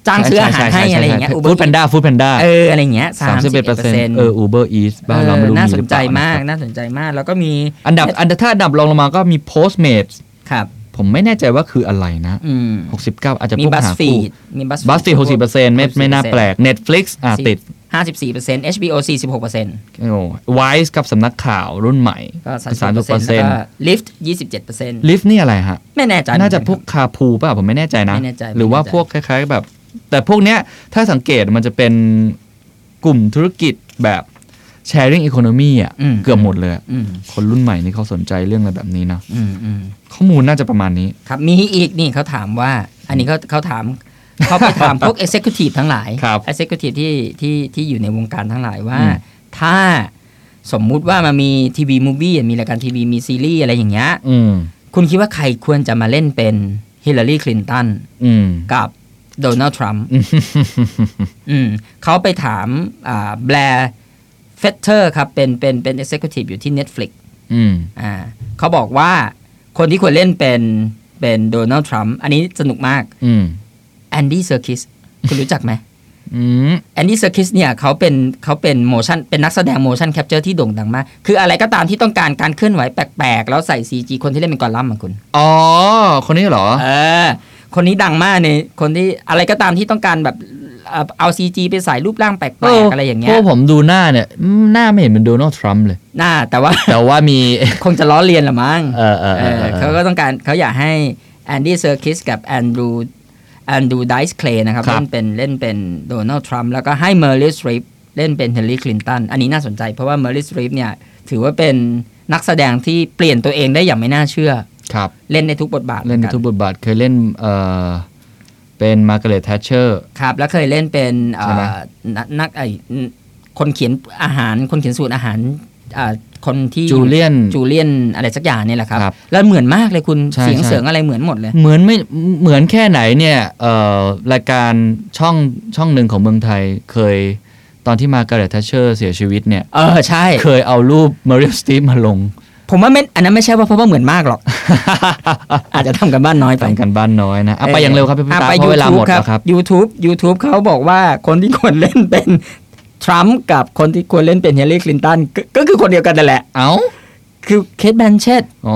จ้างซื้ออาหารให้อะไรอย่างเงี้ย
ฟู
Uber
ดแพนด้าฟูดแพนด้า
Eats เอออะไรอย่างเงี้ย
สามสิบเอ็ดเปอร์เซ็นต์
31%
เออ Uber Eats บ้านเราไม่รู้
เออน่า
มีห
สน
รือ
ใจ
เปล่ะ
มากน่าสนใจมาก แล้วก็มี
อันดับอันดับถ้าอันดับรองลงมาก็มี Postmates
ครับ
ผมไม่แน่ใจว่าคืออะไรนะ
อืม
69 อาจจะ
มี
พวก
บัส
หา
ฟี
คู่
ดมีบัส
บัสฟีหกสิบเปอร์เซ็นต์ไม่ไม่น่าแปลก Netflix อ่ะติด
ห้าสิบสี่เปอร์เซ็นต์ HBO สี่สิบหกเปอร์เซ็นต์
โอ้ไวส์กับสำนักข่าวรุ่นใหม่
ก็สาม
สาม
สิ
สิ
บบ
เป
เป
อ
อร์
ร์
เซ็
เซ็
น
น
ต์
ต์
ลิฟต์ยี่สิบเจ็ดเปอร์เซ็นต์
ลิฟต์นี่อะไรฮะ
ไม่แน่ใจ
น่าจะพวกคาพูป่ะ ผมไม่แน่ใจนะ
ไม่แน่ใจ
หรือว่า
ไม่แน่ใจ
พวกคล้าย ๆแบบ แต่พวกเนี้ยถ้าสังเกตมันจะเป็นกลุ่มธุรกิจแบบ sharing economy อ่ะ
อืม
เกือบหมดเลยอะ
อืม
คนรุ่นใหม่นี่เขาสนใจเรื่องอะไรแบบนี้นะ
อืมอืม
ข้อมูลน่าจะประมาณนี้
ครับมีอีกนี่เขาถามว่า อันนี้เขาเขาถามเขาไปถามพวก Executive ทั้งหลาย
ครับ
Executive ที่ที่ที่อยู่ในวงการทั้งหลายว่า
อืม
ถ้าสมมุติว่ามันมีทีวีมูฟวี่มีรายการทีวีมีซีรีส์อะไรอย่างเงี้ย
อืม
คุณคิดว่าใครควรจะมาเล่นเป็นฮิลลารีคลินตัน
อืม
กับโดนัลด์ทรัมป์อืมเขาไปถามอ่าแบร์เฟเตอร์ครับเป็นเป็นเป็น Executive อยู่ที่ Netflix
อืม
อ่าเขาบอกว่าคนที่ควรเล่นเป็นเป็นโดนัลด์ทรัมป์อันนี้สนุกมาก
อืม
แอนดี้เซอร์คิสคุณรู้จักไหม
อืม
แอนดี้เซอร์คิสเนี่ยเขาเป็นเขาเป็นโมชั่นเป็นนักแสดงโมชั่นแคปเจอร์ที่โด่งดังมาก คืออะไรก็ตามที่ต้องการการเคลื่อนไหวแปลก ๆ แล้วใส่ CG คนที่เล่นเป็นกอลัมน์อะคุณ
อ๋อ คนนี้เหรอ
เออ คนนี้ดังมากในคนที่อะไรก็ตามที่ต้องการแบบเอ่อเอา CG ไปใส่รูปร่างแปลก ๆ อะไรอย่างเงี้
พ
ยว
กผมดูหน้าเนี่ยอืมหน้าไม่เห็นเป็นโดนัลด์ทรัมป์เลย
น่าแต่ว่า
แต่ว่ามี
คงจะล้อเลียนละมั้ง
เออเออเออ
เอ
เอ
อ
อ
เขาก็ต้องการเขาอยากให้แอนดี้เซอร์คิสกับแอนดรูแอนดรูไดส์เคลย์นะครับ
ครับ
เล่นเป็นเล่นเป็นโดนัลด์ทรัมป์แล้วก็ให้เมอริสริปเล่นเป็นเฮนรี่คลินตันอันนี้น่าสนใจเพราะว่าเมอริสริปเนี่ยถือว่าเป็นนักแสดงที่เปลี่ยนตัวเองได้อย่างไม่น่าเชื่อ
ครับ
เล่นในทุกบทบาท
เล่นในทุกบทบาทเคยเล่นเอ่อเป็นมาร์กาเร็ตแทชเชอร์
ครับแล้วเคยเล่นเป็น
ใช่ไหม
เอ่อนักนักไอคนเขียนอาหารคนเขียนสูตรอาหารอ่าคนที่
จูเลียน
จูเลียนอะไรสักอย่างเนี่ยแหละครับ
ครับ
แล้วเหมือนมากเลยคุณ
ใช่
เสียง
ใช่
เสียงอะไรเหมือนหมดเลย
เหมือนไม่เหมือนแค่ไหนเนี่ยเอ่อรายการช่องช่องหนึ่งของเมืองไทยเคยตอนที่มาร์กาเร็ตแทชเชอร์เสียชีวิตเนี่ย
เออใช่
เคยเอารูปมาริ s สตีฟมาลง
ผมว่าไม่อันนั้นไม่ใช่ว่าเพราะว่าเหมือนมากหรอก อาจจะทำกันบ้านน้อยไป
ทำกันบ้านน้อยนะอ่ะไปอย่างเร็วครับพี่
อ่ะ
ตา
ไป
เพราะเวลาหมด
YouTube
แล้วครับ
YouTube YouTube เขาบอกว่าคนที่ควรเล่นเป็น ทรัมป์กับคนที่ควรเล่นเป็นเฮลลี่คลินตันก็ก็คือคนเดียวกันนั่นแหละ
เอ้า
คือเคทแบนเชต
อ๋อ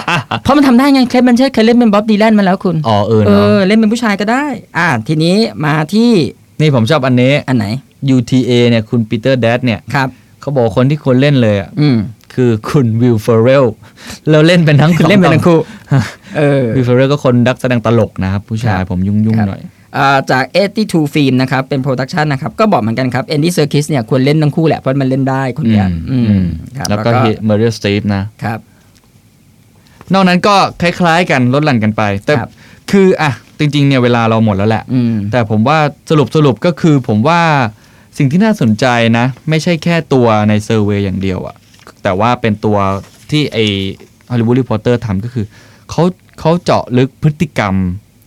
เพราะมันทำได้ไงเคทแบนเชตเคยเล่นเป็นบ๊อบดีแลนมาแล้วคุณ
อ๋อเออ
เอ
เนาะ
อเล่นเป็นผู้ชายก็ได้ อ่าทีนี้มาที่
นี่ผมชอบอันนี้
อันไหน
UTA เนี่ยคุณปีเตอร์แดดเนี่ย
ครับ
เขาบอกว่าคนที่ควรเล่นเลยอะ
อืม
คือคุณวิลเฟอร์เรลเราเล่นเป็นทั้ง
คือเล่นเป็นทั้งคู่ เออ
วิลเฟอร์เรลก็คนดักแสดงตลกนะครับ ผู้ชาย
ครับ
ผมยุ่งยุ่ง
ครับ
หน่อย
อ่าจาก 82 ฟิล์มนะครับ เป็นโปรดักชันนะครับ ก็บอกเหมือนกันครับ Andy Serkis เนี่ยควรเล่นทั้งคู่แหละ เพราะมันเล่นได้คนเนี้ย
อืม
อื
อื
ม
ม
ครับ
แล้วก็เมอริลสตีฟนะ
ครับ
นอกนั้นก็คล้ายๆกันลดหลั่นกันไป แต่
ครับ
คืออ่ะจริงๆเนี่ยเวลาเราหมดแล้วแหละ
อืม
แต่ผมว่าสรุปสรุปก็คือผมว่าสิ่งที่น่าสนใจนะ ไม่ใช่แค่ตัวในเซอร์เวยอย่างเดียวอะแต่ว่าเป็นตัวที่ไอฮอลลีวูดรีพอร์เตอร์ทำก็คือเขาเขาเจาะลึกพฤติกรรม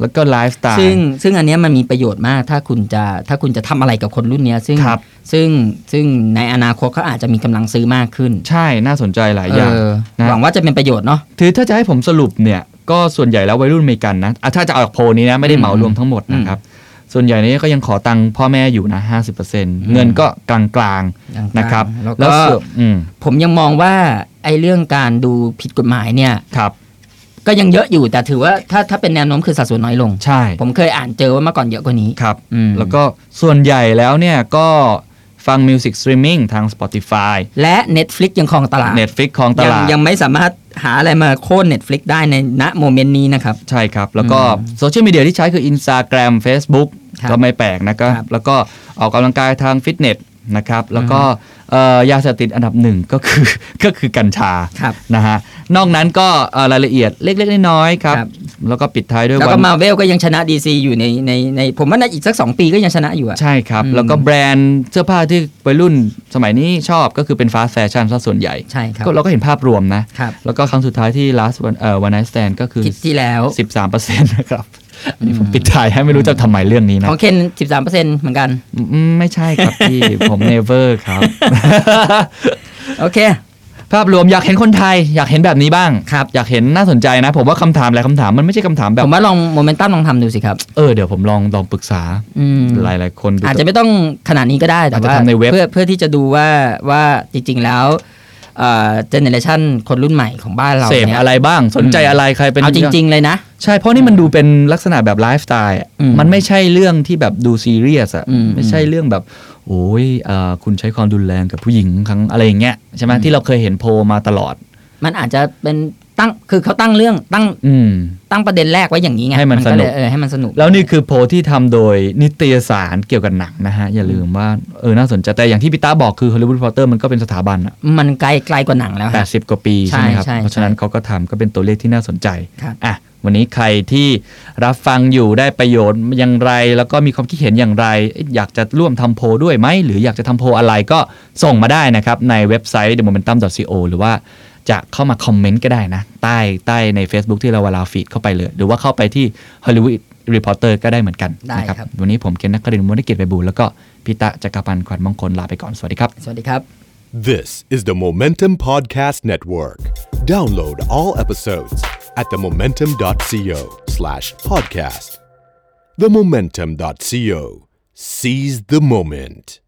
แล้วก็ไลฟ์สไตล์
ซึ่งซึ่งอันเนี้ยมันมีประโยชน์มากถ้าคุณจะถ้าคุณจะทำอะไรกับคนรุ่นเนี้ยซึ่ง
ครับ
ซึ่งซึ่งในอนาคตเขาอาจจะมีกำลังซื้อมากขึ้น
ใช่น่าสนใจหลายอย่าง
เออ
นะ
หวังว่าจะเป็นประโยชน์เนาะ
ถือถ้าจะให้ผมสรุปเนี่ย ก็ส่วนใหญ่แล้ววัยรุ่นอเมริกันนะอ่ะถ้าจะเอาจากโพลนี้นะ ไม่ได้เหมารวมทั้งหมดนะครับ ส่วนใหญ่เนี้ก็ยังขอตังค์พ่อแม่อยู่นะห้าสิบเปอร์เซ็นต์เงินก็กลางๆนะครับ
แล้วก็
ส่วนอืม
ผมยังมองว่าไอ้เรื่องการดูผิดกฎหมายเนี่ย
ครับ
ก็ยังเยอะอยู่แต่ถือว่าถ้าถ้าเป็นแนวโน้มคือสัดส่วนน้อยลง
ใช่
ผมเคยอ่านเจอว่าเมื่อก่อนเยอะกว่านี้
ครับ
อืม
แล้วก็ส่วนใหญ่แล้วเนี่ยก็ฟังมิวสิกสตรีมมิ่งทาง Spotify
และ Netflix ยังครองตลาด
Netflix ของต
ยัง
ลาด
ยังไม่สามารถหาอะไรมาโค่น Netflix ได้ในณโมเมนต์นี้นะครับ
ใช่ครับ แล้วก็
อืม
โซเชียลมีเดียที่ใช้คือ Instagram Facebook
ครับ
ก็ไม่แปลกนะครับ
ครับ
แล้วก็ออกกำลังกายทางฟิตเนสนะครับ แล้วก็เอ่อยาเสพติดอันดับหนึ่งก็คือ ก็คือกัญชา
ครับ
นะฮะนอกนั้นก็เอ่อรายละเอียดเล็ก ๆ น้อยๆครับ แล้วก็ปิดท้ายด้วย
แล้ว
วั
ก็
น
มาเวลก็ยังชนะ DC อยู่ในในในผมว่าในอีกสัก 2 ปีก็ยังชนะอยู่อะ
ใช่ครับ
อืม
แล้วก็แบรนด์เสื้อผ้าที่วัยรุ่นสมัยนี้ชอบก็คือเป็นฟาสแฟชั่นซะส่วนใหญ่
ใช่ครับ
ก็เราก็เห็นภาพรวมนะ
ครับ
แล้วก็ครั้งสุดท้ายที่ last one เอ่อ one night stand ก็คือ
คิดที่แล้ว
13เปอร์เซ็นต์ นะครับ อันนี้ผมปิดท้ายให้ไม่รู้จะทำไมเรื่องนี้นะ
ของเคน13%เหมือนกัน
อืมไม่ใช่ค รับพี่ ผม never ครับ
โอเค
ภาพรวมอยากเห็นคนไทย อยากเห็นแบบนี้บ้าง
ครับ
อยากเห็นน่าสนใจนะ ผมว่าคำถามหลายคำถามมันไม่ใช่คำถามแบ
ผ
บ
มว่าลองโมเมนตัมลองทำดูสิครับ
เออเดี๋ยวผมลองลองปรึกษา
อืม
หลายหลายๆคนดู
อาจจะไม่ต้องขนาดนี้ก็ได้แต่
อาจจะ
ว่า
ทำในเว็บ
เพื่อเพื่อที่จะดูว่าว่าจริง ๆ แล้วเจเนเรชันคนรุ่นใหม่ของบ้านเรา
เสพ
นี่ย
อะไรบ้าง สนใจอะไรใครเป็น
เอาจริง ๆ เลยนะ
ใช่เพราะนี่มันดูเป็นลักษณะแบบไลฟ์สไตล์อะ
อืม
มันไม่ใช่เรื่องที่แบบดูซีเรียสอ่ะ
อืม
ไม่ใช่เรื่องแบบโอ้ยเอ่อคุณใช้ความรุนแรงกับผู้หญิงครั้งอะไรอย่างเงี้ยใช่ไหม
อืม
ที่เราเคยเห็นโพลมาตลอด
มันอาจจะเป็นตั้งคือเขาตั้งเรื่องตั้ง
อืม
ตั้งประเด็นแรกไว้อย่างนี้ไง
ให้มัน
ก็เล
สนุ
ย
ก
เออให้มันสนุก
แล้วนี่คือโพลที่ทำโดยนิตยสารเกี่ยวกับหนังนะฮะ อย่าลืมว่าเออน่าสนใจแต่อย่างที่พี่ต้าบอกคือฮอลลีวูดพอเตอร์มันก็เป็นสถาบันอะ
มันไกลไกลกว่าหนังแล้วฮะ
แปดสิบกว่าปีใช่
ใช่
ไหมครับ
ใช่
เพราะฉะนั้นเขาก็ทำก็เป็นตัวเลขที่น่าสนใจ
ครับ
อ่ะวันนี้ใครที่รับฟังอยู่ได้ประโยชน์อย่างไร แล้วก็มีความคิดเห็นอย่างไร อยากจะร่วมทำโพลด้วยไหม หรืออยากจะทำโพลอะไรก็ส่งมาได้นะครับ ในเว็บไซต์ themomentum.co หรือว่าจะเข้ามาคอมเมนต์ก็ได้นะ ใต้ใต้ใน Facebook ที่เราเวลาฟีดเข้าไปเลย หรือว่าเข้าไปที่ Hollywood Reporter ก็ได้เหมือนกัน
ได้
นะครับ วันนี้ผมเคนนักกรินทร์มวลกิจไปบูลย์แล้วก็พิตะจักรพันธ์ขวัญมงคลลาไปก่อนสวัสดีครับ
สวัสดีครับ
This is the Momentum Podcast Network. Download all episodes at themomentum.co slash podcast. Themomentum.co. Seize the moment.